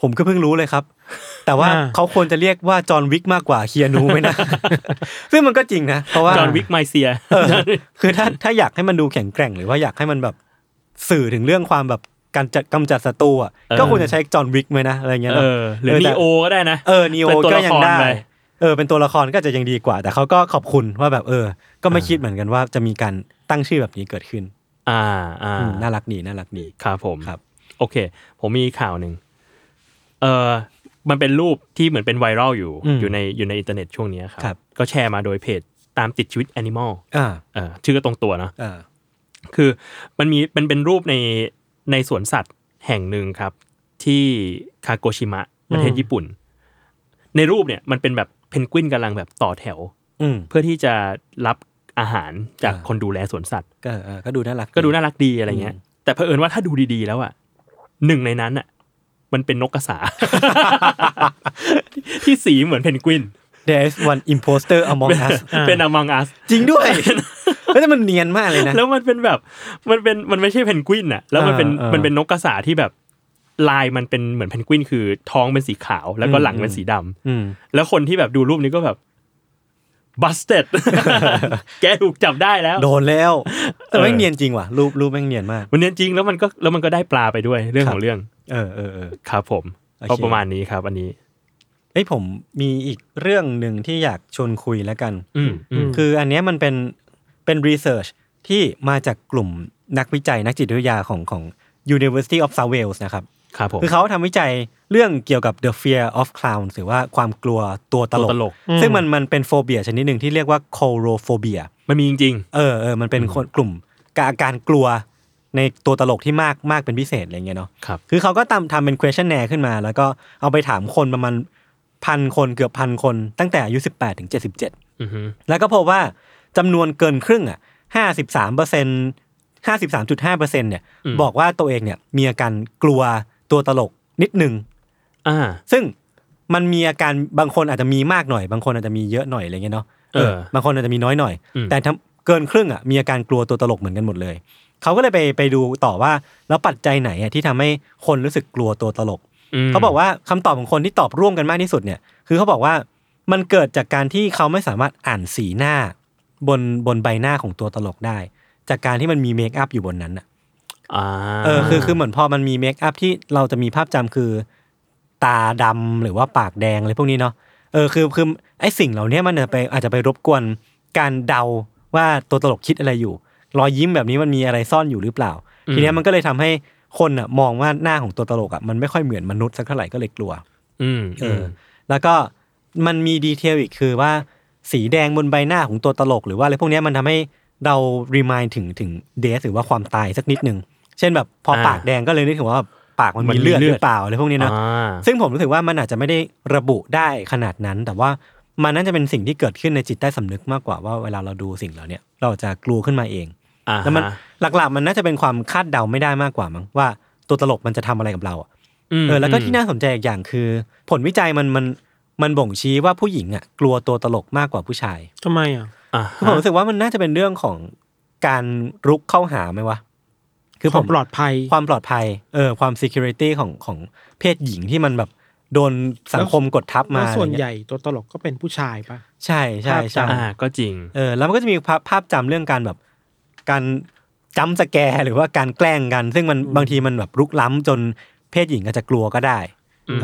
Speaker 1: ผมก็เพิ่งรู้เลยครับ แต่ว่า
Speaker 4: อ่า
Speaker 1: เขาควรจะเรียกว่าจอห์นวิกมากกว่าเคียนูไหมนะ ซึ่งมันก็จริงนะ เพราะว่า
Speaker 2: จอห์นวิกไมเซีย
Speaker 1: เออคือถ้าถ้าอยากให้มันดูแข็งแกร่ง หรือว่าอยากให้มันแบบสื่อถึงเรื่องความแบบการจัดกำจัดศัตรูอ่ะ
Speaker 2: เออ
Speaker 1: ก็ควรจะใช้จอห์นวิกไหมนะอะไรเงี้ย
Speaker 2: เอ
Speaker 1: นะ
Speaker 2: อหรือนี
Speaker 1: แต่
Speaker 2: โอก็ได้นะ
Speaker 1: เออนีโอ
Speaker 2: เป็นตัว
Speaker 1: ก็
Speaker 2: ละ
Speaker 1: ยั
Speaker 2: ค
Speaker 1: ง
Speaker 2: ร
Speaker 1: ได้
Speaker 2: ไป
Speaker 1: เออเป็นตัวละครก็จะยังดีกว่า แต่เขาก็ขอบคุณว่าแบบเออ ก็ไม่คิดเหมือนกันว่าจะมีการตั้งชื่อแบบนี้เกิดขึ้น
Speaker 2: อ่าอ่า
Speaker 1: อืมน่ารักดีน่ารักดี
Speaker 2: ครับผม
Speaker 1: ครับ
Speaker 2: โอเค ผมมีข่าวหนึ่งเออมันเป็นรูปที่เหมือนเป็นไวรัลอยู่
Speaker 1: อืม
Speaker 2: อยู่ในอยู่ในอินเทอร์เน็ตช่วงนี้ครับ
Speaker 1: ครับ
Speaker 2: ก็แชร์มาโดยเพจตามติดชีวิตแอนิมอล
Speaker 1: อ่า
Speaker 2: เออชื่อก็ตรงตัวเนอะ
Speaker 1: อ่า
Speaker 2: คือมันมีมันเป็นรูปในในสวนสัตว์แห่งหนึ่งครับ ที่คาโกชิมะประเทศญี่ปุ่น ในรูปเนี่ยมันเป็นแบบเพนกวินกำลังแบบต่อแถว
Speaker 1: อืม
Speaker 2: เพื่อที่จะรับอาหารจาก
Speaker 1: อ่า
Speaker 2: คนดูแลสวนสัตว์
Speaker 1: ก็เออก็ดูน่ารัก
Speaker 2: ก็ดูน่ารักดีอะไรเงี้ย แต่เผอิญว่าถ้าดูดีๆแล้วอ่ะหนึ่งในนั้นอ่ะ มันเป็นนกกระ สา ที่สีเหมือนเพนกวิน
Speaker 1: There is one imposter among us
Speaker 2: เป็นอมังอัส
Speaker 1: จริงด้วยแล้วแต่มันเนียนมากเลยนะ
Speaker 2: แล้วมันเป็นแบบมันเป็นมันไม่ใช่เพนกวินอ่ะ แล้วมันเป็น
Speaker 1: เออเออ
Speaker 2: มันเป็นนกกระสาที่แบบลายมันเป็นเหมือนเพนกวิน คือท้องเป็นสีขาวแล้วก็หลังเป็นสีดำ
Speaker 1: อืม
Speaker 2: แล้วคนที่แบบดูรูปนี้ก็แบบบัสเต็ด แกถูกจับได้แล้ว
Speaker 1: โดนแล้ว แต่
Speaker 2: เออ
Speaker 1: แม่งเนียนจริงว่ะ รูปรูปแม่งเนียนมาก
Speaker 2: มันเนี้ยจริงแล้วมันก็แล้วมันก็ได้ปลาไปด้วยเรื่องของเรื่อง
Speaker 1: เออเออเออ
Speaker 2: ครับผม
Speaker 1: โอเค
Speaker 2: ก็ประมาณนี้ครับ อันนี้
Speaker 1: เอ้ยผมมีอีกเรื่องหนึ่งที่อยากชวนคุยแล้วกัน
Speaker 2: อืมอืม
Speaker 1: คืออันเนี้ยมันเป็น เป็นรีเสิร์ชที่มาจากกลุ่มนักวิจัยนักจิตวิทยาของของ University of South Wales นะครับ
Speaker 2: ครับผม
Speaker 1: คือเขาทำวิจัยเรื่องเกี่ยวกับ the fear of clowns หรือว่าความกลัวตัวตลก
Speaker 2: ตลก
Speaker 1: ซึ่งมันมันเป็นโฟเบียชนิดหนึ่งที่เรียกว่า chorophobia
Speaker 2: มันมีจริง
Speaker 1: เออเออมันเป็นคนกลุ่มกาอาการกลัวในตัวตลกที่มากมากเป็นพิเศษอะไรเงี้ยเนาะ
Speaker 2: ครับ
Speaker 1: คือเขาก็ทำทำเป็น questionnaire ขึ้นมา แล้วก็เอาไปถามคนประมาณพันคนเกือบพันคนตั้งแต่อายุ 18 ถึง
Speaker 2: ๆอือฮึ
Speaker 1: 77 แล้วก็พบว่าจำนวนเกินครึ่งอ่ะ 53เปอร์เซ็นห้าสิบสามจุดห้าเปอร์เซ็นเนี่ยบอกว่าตัวเองเนี่ยมีอาการกลัวตัวตลกนิดหนึ่ง
Speaker 2: อ่า
Speaker 1: ซึ่งมันมีอาการบางคนอาจจะมีมากหน่อย บางคนอาจจะมีเยอะหน่อยอะไรเงี้ยเนาะ
Speaker 2: เออ
Speaker 1: บางคนอาจจะมีน้อยหน่อย แต่ทั้งเกินครึ่งอ่ะมีอาการกลัวตัวตลกเหมือนกันหมดเลย เขาก็เลยไปไปดูต่อว่าแล้วปัจจัยไหนอ่ะที่ทำให้คนรู้สึกกลัวตัวตลก
Speaker 2: ม
Speaker 1: เขาบอกว่าคำตอบของคนที่ตอบร่วมกันมากที่สุดเนี่ย คือเขาบอกว่ามันเกิดจากการที่เขาไม่สามารถอ่านสีหน้า บนบนใบหน้าของตัวตลกได้ จากการที่มันมีเมคอัพอยู่บนนั้นอ่ะ
Speaker 2: อ่า
Speaker 1: เออคือคือเหมือนพอมันมีเมคอัพที่เราจะมีภาพจำคือ ตาดำหรือว่าปากแดงอะไรพวกนี้เนาะเออคือคือไอสิ่งเหล่าเนี้ยมันจะไปอาจจะไปรบกวนการเดาว่าตัวตลกคิดอะไรอยู่ รอยยิ้มแบบนี้มันมีอะไรซ่อนอยู่หรือเปล่า ทีเนี้ยมันก็เลยทำให้คนอ่ะมองว่าหน้าของตัวตลกอ่ะมันไม่ค่อยเหมือนมนุษย์สักเท่าไหร่ก็เลยกลัว
Speaker 2: อืม
Speaker 1: เออแล้วก็มันมีดีเทลอีกคือว่าสีแดงบนใบหน้าของตัวตลก หรือว่าอะไรพวกเนี้ยมันทำให้เรารีมายถึงถึงเดสหรือว่าความตายสักนิดหนึ่งเช่นแบบพออาปากแดงก็เลยนึกถึงว่าปากมัน
Speaker 2: มันมี
Speaker 1: มีเลือด
Speaker 2: เลื
Speaker 1: ห
Speaker 2: อด
Speaker 1: รือเปล่าอะไรพวกนี้นะ
Speaker 2: อ่า
Speaker 1: ซึ่งผมรู้สึกว่ามันอาจจะไม่ได้ระบุได้ขนาดนั้น แต่ว่ามันน่าจะเป็นสิ่งที่เกิดขึ้นในจิตใต้สำนึกมากกว่าว่าเวลาเราดูสิ่งเหล่าเนี้ยเราจะกลัวขึ้นมาเอง
Speaker 2: อ่า
Speaker 1: แล้วมัน
Speaker 2: ฮะ
Speaker 1: หลักๆ มันน่าจะเป็นความคาดเดาไม่ได้มากกว่ามั้งว่าตัวตลกมันจะทำอะไรกับเราอะ
Speaker 2: ม
Speaker 1: เออแล้วก็ที่น่าสนใจอีกอย่างคือ ผลวิจัยมันมันมันบ่งชี้ว่าผู้หญิงอ่ะกลัวตัวตลกมากกว่าผู้ชาย
Speaker 4: ทำไมอ่ะ
Speaker 2: อ่า
Speaker 1: คือผมรู้สึกว่ามันน่าจะเป็นเรื่องของการรุกเข้าหาไหมวะ
Speaker 4: คือผม
Speaker 1: ม
Speaker 4: ปลอดภัย
Speaker 1: ความปลอดภัยเออความ security ของของเพศหญิงที่มันแบบโดนสังคมกดทับมา
Speaker 4: แล้วส่วน
Speaker 1: อะไร
Speaker 4: ให
Speaker 1: เงี้ย
Speaker 4: ญ่ตัวตลกก็เป็นผู้ชายปะ
Speaker 1: ใช่ใช่
Speaker 4: ภาพจำ
Speaker 1: ใช่
Speaker 2: อ่าก็จริง
Speaker 1: เออแล้วมันก็จะมีภาพภาพจำเรื่องการแบบการจำสแกร์หรือว่าการแกล้งกัน ซึ่งมันบางทีมันแบบรุกล้ำจนเพศหญิงอาจจะกลัวก็ได้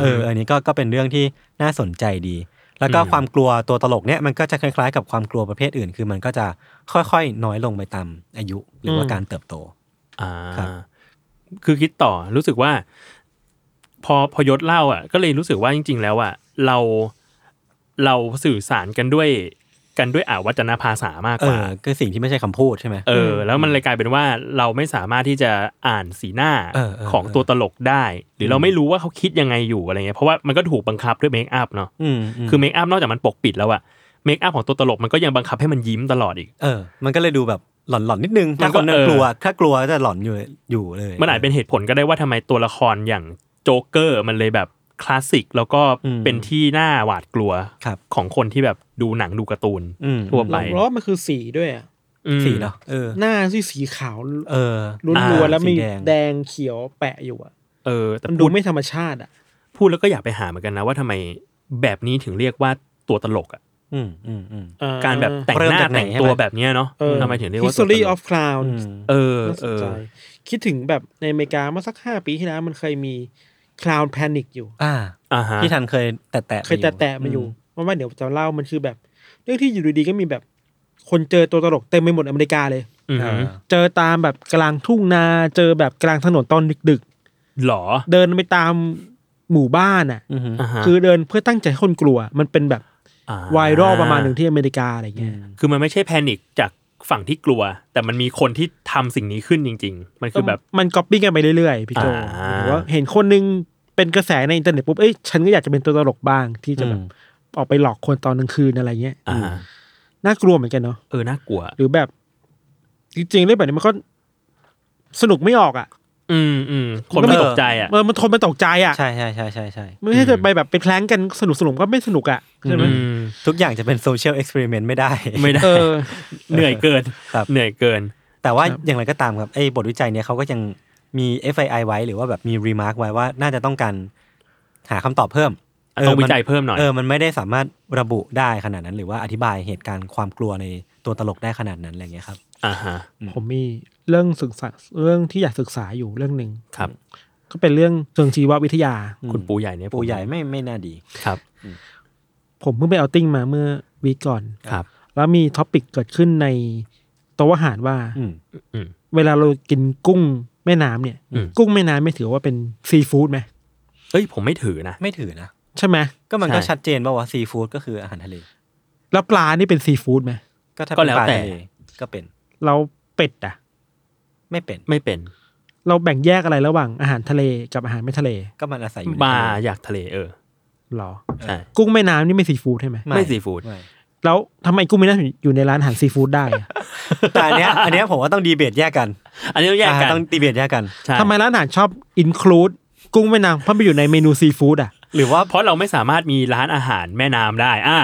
Speaker 1: เออ อันนี้ก็ก็เป็นเรื่องที่น่าสนใจดี แล้วก็
Speaker 2: อืม
Speaker 1: ความกลัวตัวตลกเนี่ยมันก็จะคล้ายๆ กับความกลัวประเภทอื่น คือมันก็จะค่อยๆ น้อยลงไปตามอายุหรือว่า
Speaker 4: อืม
Speaker 1: การเติบโต
Speaker 2: อ่า
Speaker 1: ครับ
Speaker 2: คือคิดต่อรู้สึกว่า พอพอยศเล่าอ่ะ ก็เลยรู้สึกว่าจริง ๆ แล้วอ่ะเราเราสื่อสารกันด้วยกันด้วยอาวัจนภาษามาก
Speaker 1: เอก
Speaker 2: ว่า
Speaker 1: อคือสิ่งที่ไม่ใช่คำพูดใช่ไหม
Speaker 2: เออ แล้วมันเลยกลายเป็นว่าเราไม่สามารถที่จะอ่านสีหน้า
Speaker 1: เออเออ
Speaker 2: ของตัวตลกได้ หรือเราไม่รู้ว่าเขาคิดยังไงอยู่อะไรเงี้ยเพราะว่ามันก็ถูกบังคับด้วยเมคอัพเนาะ
Speaker 1: มม
Speaker 2: คือเมคอัพนอกจากมันปกปิดแล้วอะเมคอัพของตัวตลกมันก็ยังบังคับให้มันยิ้มตลอดอีก
Speaker 1: เออ มันก็เลยดูแบบหลอนๆนิดนึง
Speaker 2: มั
Speaker 1: ถ้าน ค
Speaker 2: ก็
Speaker 1: นนั้
Speaker 2: เอน อ
Speaker 1: กลัวถ้ากลัวจะหลอนอยู่อยู่เลย
Speaker 2: มันอาจเป็นเหตุผลก็ได้ว่าทำไมตัวละครอย่างโจ๊กเกอร์มันเลยแบบคลาสสิกแล้วก็เป็นที่น่าหวาดกลัว
Speaker 1: ครับ
Speaker 2: ของคนที่แบบดูหนังดูการ์ตูน
Speaker 1: อืม
Speaker 2: ทั่วไป
Speaker 4: เราเราว่ามันคือสีด้วยอะ
Speaker 2: อืม
Speaker 1: สีเนาะเออ
Speaker 4: หน้าที่สีขาว
Speaker 1: เออ
Speaker 4: ลุ้น
Speaker 2: อ่า
Speaker 4: รัวนๆแล้วมี
Speaker 1: สีแดง
Speaker 4: แดงเขียวแปะอยู่อะ
Speaker 2: เออแต่
Speaker 4: มัน
Speaker 2: พู
Speaker 4: ดู
Speaker 2: ด
Speaker 4: ไม่ธรรมชาติอะ
Speaker 2: พูดแล้วก็อยากไปหาเหมือนกันนะว่าทำไมแบบนี้ถึงเรียกว่าตัวตลกอะ
Speaker 1: อืมอืมอืม
Speaker 4: เออ
Speaker 2: การแบบแต่งห
Speaker 1: เริ่ม
Speaker 2: น้า
Speaker 1: จากไหน
Speaker 2: แต่งตัว
Speaker 1: ใช่ไหม
Speaker 2: แบบเนี้ยเนาะ
Speaker 4: เออ
Speaker 2: ทำไมถึงเรียกว่าตัวตล
Speaker 4: History
Speaker 2: ก
Speaker 4: of Clown
Speaker 1: อืม
Speaker 2: เออ
Speaker 4: น่าส
Speaker 2: เอน อ
Speaker 4: ใจคิดถึงแบบในอเมริกาเมื่อสักห้าปีที่แล้วมันเคยมี Clown Panic อยู่
Speaker 1: อ่า
Speaker 2: อ่าฮะ
Speaker 1: ที่ทันเคยแตะแตะ
Speaker 4: เคยแตะๆมาอยู่ว่าว่าเดี๋ยวจะเล่ามันคือแบบ เรื่องที่อยู่ดีๆก็มีแบบ คนเจอตัวตลกเต็มไปหมดอเมริกาเลย
Speaker 2: อือหือ
Speaker 4: เจอตามแบบกลางทุ่งนาเจอแบบกลางถนนตอนดึก
Speaker 2: หรอ
Speaker 4: ๆ เดินไปตามหมู่บ้านอ่ะ
Speaker 2: อ่าฮะ
Speaker 4: คือเดินเพื่อตั้งใจให้คนกลัว มันเป็นแบบ
Speaker 2: า
Speaker 4: ไวรัลประมาณหนึ่งที่อเมริกาอะไรเงี้ย
Speaker 2: คือมันไม่ใช่แพนิคจากฝั่งที่กลัว แต่มันมีคนที่ทำสิ่งนี้ขึ้นจริง ๆ มันคือแบบ
Speaker 4: มันก๊อปปี้กันไปเรื่อยๆพี่โจ
Speaker 2: อ่า
Speaker 4: หรือว่าเห็นคนนึงเป็นกระแสในอินเทอร์เน็ตปุ๊บเอ้ยฉันก็อยากจะเป็นตัวตลกบ้างที่จะแบบออกไปหลอกคนตอนกลางคืนอะไรเงี้ย
Speaker 2: อ่า
Speaker 4: น่ากลัวเหมือนกันเนาะ
Speaker 2: เออน่ากลัว
Speaker 4: หรือแบบจริงๆเรื่องแบบนี้มันก็สนุกไม่ออกอ่ะ
Speaker 2: อืมอืมคนไม่ตกใจอ่ะ
Speaker 4: เออมันทนมันตกใจอ่ะ
Speaker 1: ใช่ใช่ใช่ใช่ใช่
Speaker 4: ไม่ใช่จะไปแบบไปแพล้งกันสนุกสนุกก็ไม่สนุกอ่ะใช่ไหม
Speaker 2: อืม
Speaker 1: ทุกอย่างจะเป็นโซเชียลเอ็กซ์เพร์เมนต์ไม่ได้
Speaker 2: ไม่ได้
Speaker 4: เออ
Speaker 2: เหนื่อยเกิน
Speaker 1: ครับ
Speaker 2: เหนื่อยเกิน
Speaker 1: แต่ว่า
Speaker 4: ครับ
Speaker 1: อย่างไรก็ตามครับไอ้บทวิจัยเนี่ยเขาก็ยังมี FII ไว้หรือว่าแบบมีรีมาร์คไว้ว่าน่าจะต้องการหาคำตอบเพิ่ม
Speaker 2: ต้องวิ
Speaker 1: มัน
Speaker 2: จัยเพิ่มหน่อย
Speaker 1: เออมันไม่ได้สามารถระบุได้ขนาดนั้น หรือว่าอธิบายเหตุการณ์ความกลัวในตัวตลกได้ขนาดนั้นอะไรเงี้ยครับ
Speaker 2: อ่าฮะ
Speaker 4: ผมมีเรื่องศึกษาเรื่องที่อยากศึกษาอยู่เรื่องหนึ่ง
Speaker 2: ครับ
Speaker 4: ก็เป็นเรื่องเชิงชีววิทยา
Speaker 2: คุณปูใหญ่เนี่ย
Speaker 1: ปูใหญ่ไม่ไม่น่าดี
Speaker 2: ครับ
Speaker 4: ผมเพิ่งไปเอาติ้งมาเมื่อวีคก่อน
Speaker 2: ครับ
Speaker 4: แล้วมีท็อปิกเกิดขึ้นใน โต๊ะอาหารว่า
Speaker 1: อืม
Speaker 4: เวลาเรากินกุ้งแม่น้ำเนี่ย
Speaker 2: อืม
Speaker 4: กุ้งแม่น้ำไม่ถือว่าเป็นซีฟู้ดไหม
Speaker 2: เอ้ยผมไม่ถือนะ
Speaker 1: ไม่ถือนะ
Speaker 4: ใช่ไหม
Speaker 1: ก็มันก็
Speaker 2: ใช่
Speaker 1: ชัดเจนป่าวะซีฟู้ดก็คืออาหารทะเล
Speaker 4: แล้วปลานี่เป็นซีฟู้ดไหม
Speaker 1: ก็ถ้า
Speaker 2: ก็
Speaker 1: เป็น
Speaker 2: แล้ว
Speaker 1: ปลา
Speaker 2: แต่
Speaker 1: ทะเลก็เป็น
Speaker 4: เราเป็ดอ่ะ
Speaker 1: ไม่เป็น
Speaker 2: ไม่เป็น
Speaker 4: เราแบ่งแยกอะไรระหว่างอาหารทะเลกับอาหารไม่ทะเล
Speaker 1: ก็มันอาศัยอยู่ใน
Speaker 2: บา
Speaker 1: ทะ
Speaker 2: ร์
Speaker 1: เล
Speaker 2: อยากทะเลเออ
Speaker 4: หรอ
Speaker 2: ใช่
Speaker 4: กุ้งแม่น้ำนี่ไม่ซีฟู้ดใช่ไหม
Speaker 1: ไม่
Speaker 2: ไม่ซีฟู้ด
Speaker 1: ไม่
Speaker 4: แล้วทำไมกุ้งแม่น้ำถึงอยู่ในร้านอาหารซีฟู้ดได้อะ
Speaker 1: แต่อันเนี้ ย อันเนี้ยผมว่าต้องดีเบตแยกกัน
Speaker 2: อันนี้ต้องแยกกั
Speaker 1: อ่าน ต้องดีเบตแยกกัน
Speaker 2: ใช่
Speaker 4: ทำไมร้านอาหารชอบอินคลูดกุ้งแม่น้ำเพราะไปอยู่ในเมนูซีฟู้ดอ่ะ
Speaker 1: หรือว่า
Speaker 2: เพราะเราไม่สามารถมีร้านอาหารแม่น้ำได้อ่ะ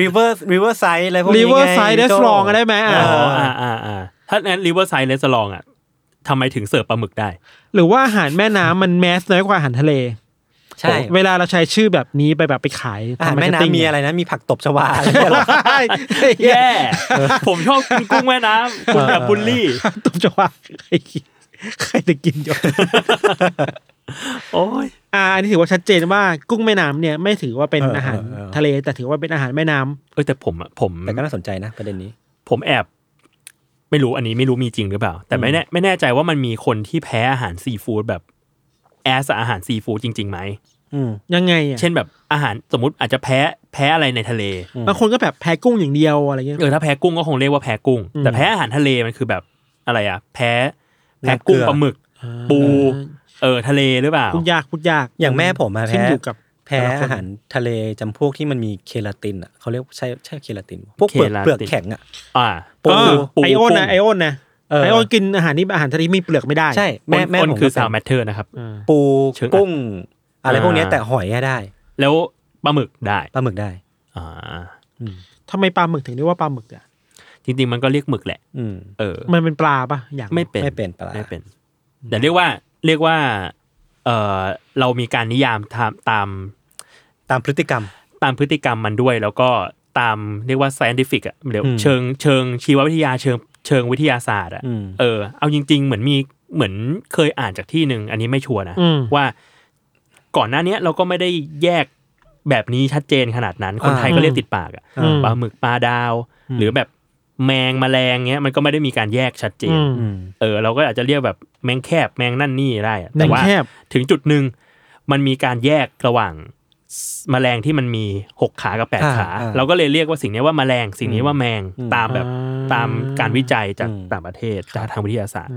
Speaker 1: river river side อะไรพวกนี้ไง
Speaker 4: Riverside
Speaker 1: โจ้
Speaker 4: Restaurant อะไรไหมอ่ะ
Speaker 1: เ
Speaker 2: อ๋ออ่าอ่าอ่าถ้างั้นริเวอร์ไซด์เลสลองอ่ะทำไมถึงเสิร์ฟปลาหมึกได้
Speaker 4: หรือว่าอาหารแม่น้ำมันแมสน้อยกว่าอาหารทะเล
Speaker 1: ใช่
Speaker 4: เวลาเราใช้ชื่อแบบนี้ไปแบบไปขาย
Speaker 1: อาหารแม่น้ำมีอะไรนะ มีผักตบชวาอะไร
Speaker 4: ใช
Speaker 1: เงี้ยเหรอ
Speaker 4: ่
Speaker 2: แย่ผมชอบกินกุ้งแม่น้ำคุณแบบบุลลี่
Speaker 4: ตุ้มจะว่าใครกินใครจะกินจบ
Speaker 2: โอ้ย
Speaker 4: อ่าอันนี้ถือว่าชัดเจนว่ากุ้งแม่น้ำเนี่ยไม่ถือว่าเป็น
Speaker 1: เออเออ
Speaker 4: อาหาร
Speaker 1: เออ
Speaker 4: ทะเล แต่ถือว่าเป็นอาหารแม่น้ำ
Speaker 2: เอ้ยแต่ผมอะผม
Speaker 1: แต่ก็น่าสนใจนะประเด็นนี้
Speaker 2: ผมแอบ ไม่รู้อันนี้ไม่รู้มีจริงหรือเปล่า แต่ไม่แน่ไม่แน่ใจว่ามันมีคนที่แพ้อาหารซีฟู้ดแบบแอสอาหารซีฟู้ดจริงๆไหม
Speaker 1: อืม
Speaker 4: ยังไงอ่ะ
Speaker 2: เช่นแบบอาหารสมมติอาจจะแพ้แพ้อะไรในทะเล
Speaker 4: บางคนก็แบบแพ้กุ้งอย่างเดียวอะไรเงี้ย
Speaker 2: เออถ้าแพ้กุ้งก็คงเรียกว่าแพ้กุ้ง
Speaker 4: อืม
Speaker 2: แต่แพ้อาหารทะเลมันคือแบบอะไรอ่ะ แพ้แพ้กุ้ง
Speaker 1: น้ำเกลือ
Speaker 2: ปลาหมึก ปู เออทะเลหรือเปล่า
Speaker 4: พูดยากพูดยาก
Speaker 1: อย่างแม่ผมอะ
Speaker 4: ขึ้น
Speaker 1: แพ้
Speaker 4: อยู่กับ
Speaker 1: แพ้
Speaker 4: แต่ละคน
Speaker 1: อาหารทะเลจำพวกที่มันมีเคลาตินอ่ะเขาเรียกใช่ใช่เคลาตินปะพวกเปลือก
Speaker 2: เคลาติน
Speaker 1: เปลือกแข็งอ่ะ
Speaker 2: อ่า
Speaker 1: ปู
Speaker 4: เออไอออนนะ
Speaker 2: ง
Speaker 4: ไอออนนะ
Speaker 1: เออ
Speaker 4: ไอออนกินอาหารนี่อาหารทะเลไม่มีเปลือกไม่ได้
Speaker 1: ใช่แม่
Speaker 2: คน
Speaker 1: แม่
Speaker 2: คน
Speaker 1: ผม
Speaker 2: คือ
Speaker 1: ก็เป็
Speaker 2: สาวน แมทเทอร์นะครับ
Speaker 4: เออ
Speaker 1: ปู
Speaker 2: เชิงอัด
Speaker 1: กุ้ง อะไร
Speaker 2: อ่า
Speaker 1: พวกเนี้ยแต่หอยอะได้
Speaker 2: แล้วปลาหมึกได้
Speaker 1: ปลาหมึกได้
Speaker 2: อ่า
Speaker 4: ทำไมปลาหมึกถึงเรียกว่าปลาหมึกอ่ะ
Speaker 2: จริงๆมันก็เรียกหมึกแหละ
Speaker 1: อืม
Speaker 2: เออ
Speaker 4: มันเป็นปลาปะอย่าง
Speaker 2: ไม่เป็น
Speaker 1: ไม่เป็นปลา
Speaker 2: ไม่เป็นแต่เรียกว่าเรียกว่าเออเรามีการนิยามตามตาม
Speaker 1: ตามพฤติกรรม
Speaker 2: ตามพฤติกรรมมันด้วย แล้วก็ตามเรียกว่า scientific อ่ะเดี๋ยว
Speaker 1: อืม
Speaker 2: เชิงเชิงชีววิทยาเชิงเชิงวิทยาศาสตร์อ่ะ
Speaker 1: อืม
Speaker 2: เออเอาจริง ๆ เหมือนมีเหมือนเคยอ่านจากที่หนึ่งอันนี้ไม่ชัวร์นะ
Speaker 4: อืม
Speaker 2: ว่าก่อนหน้าเนี้ยเราก็ไม่ได้แยกแบบนี้ชัดเจนขนาดนั้น คนไทย
Speaker 4: อ่า
Speaker 2: ก็เรียกติดปากอะ
Speaker 4: อืม
Speaker 2: ปลาหมึกปลาดาว หรือแบบแมงแมลงเงี้ยมันก็ไม่ได้มีการแยกชัดเจน
Speaker 4: อืม
Speaker 1: อืม
Speaker 2: เออเราก็อาจจะเรียกแบบแมงแคบแมงนั่นนี่ได้อะ
Speaker 4: แมง
Speaker 2: ว่า
Speaker 4: แคบ
Speaker 2: ถึงจุดหนึ่งมันมีการแยกระหว่างแมลงที่มันมีหกขากับแปด
Speaker 1: อ่า
Speaker 2: ขา
Speaker 1: อ่า
Speaker 2: เราก็เลยเรียกว่าสิ่งเนี้ยว่าแมลงสิ่งนี้ว่าแมง
Speaker 1: อืม
Speaker 2: ตามแบบตามการวิจัยจาก
Speaker 1: อืม
Speaker 2: ต่างประเทศจากทางวิทยาศาสตร์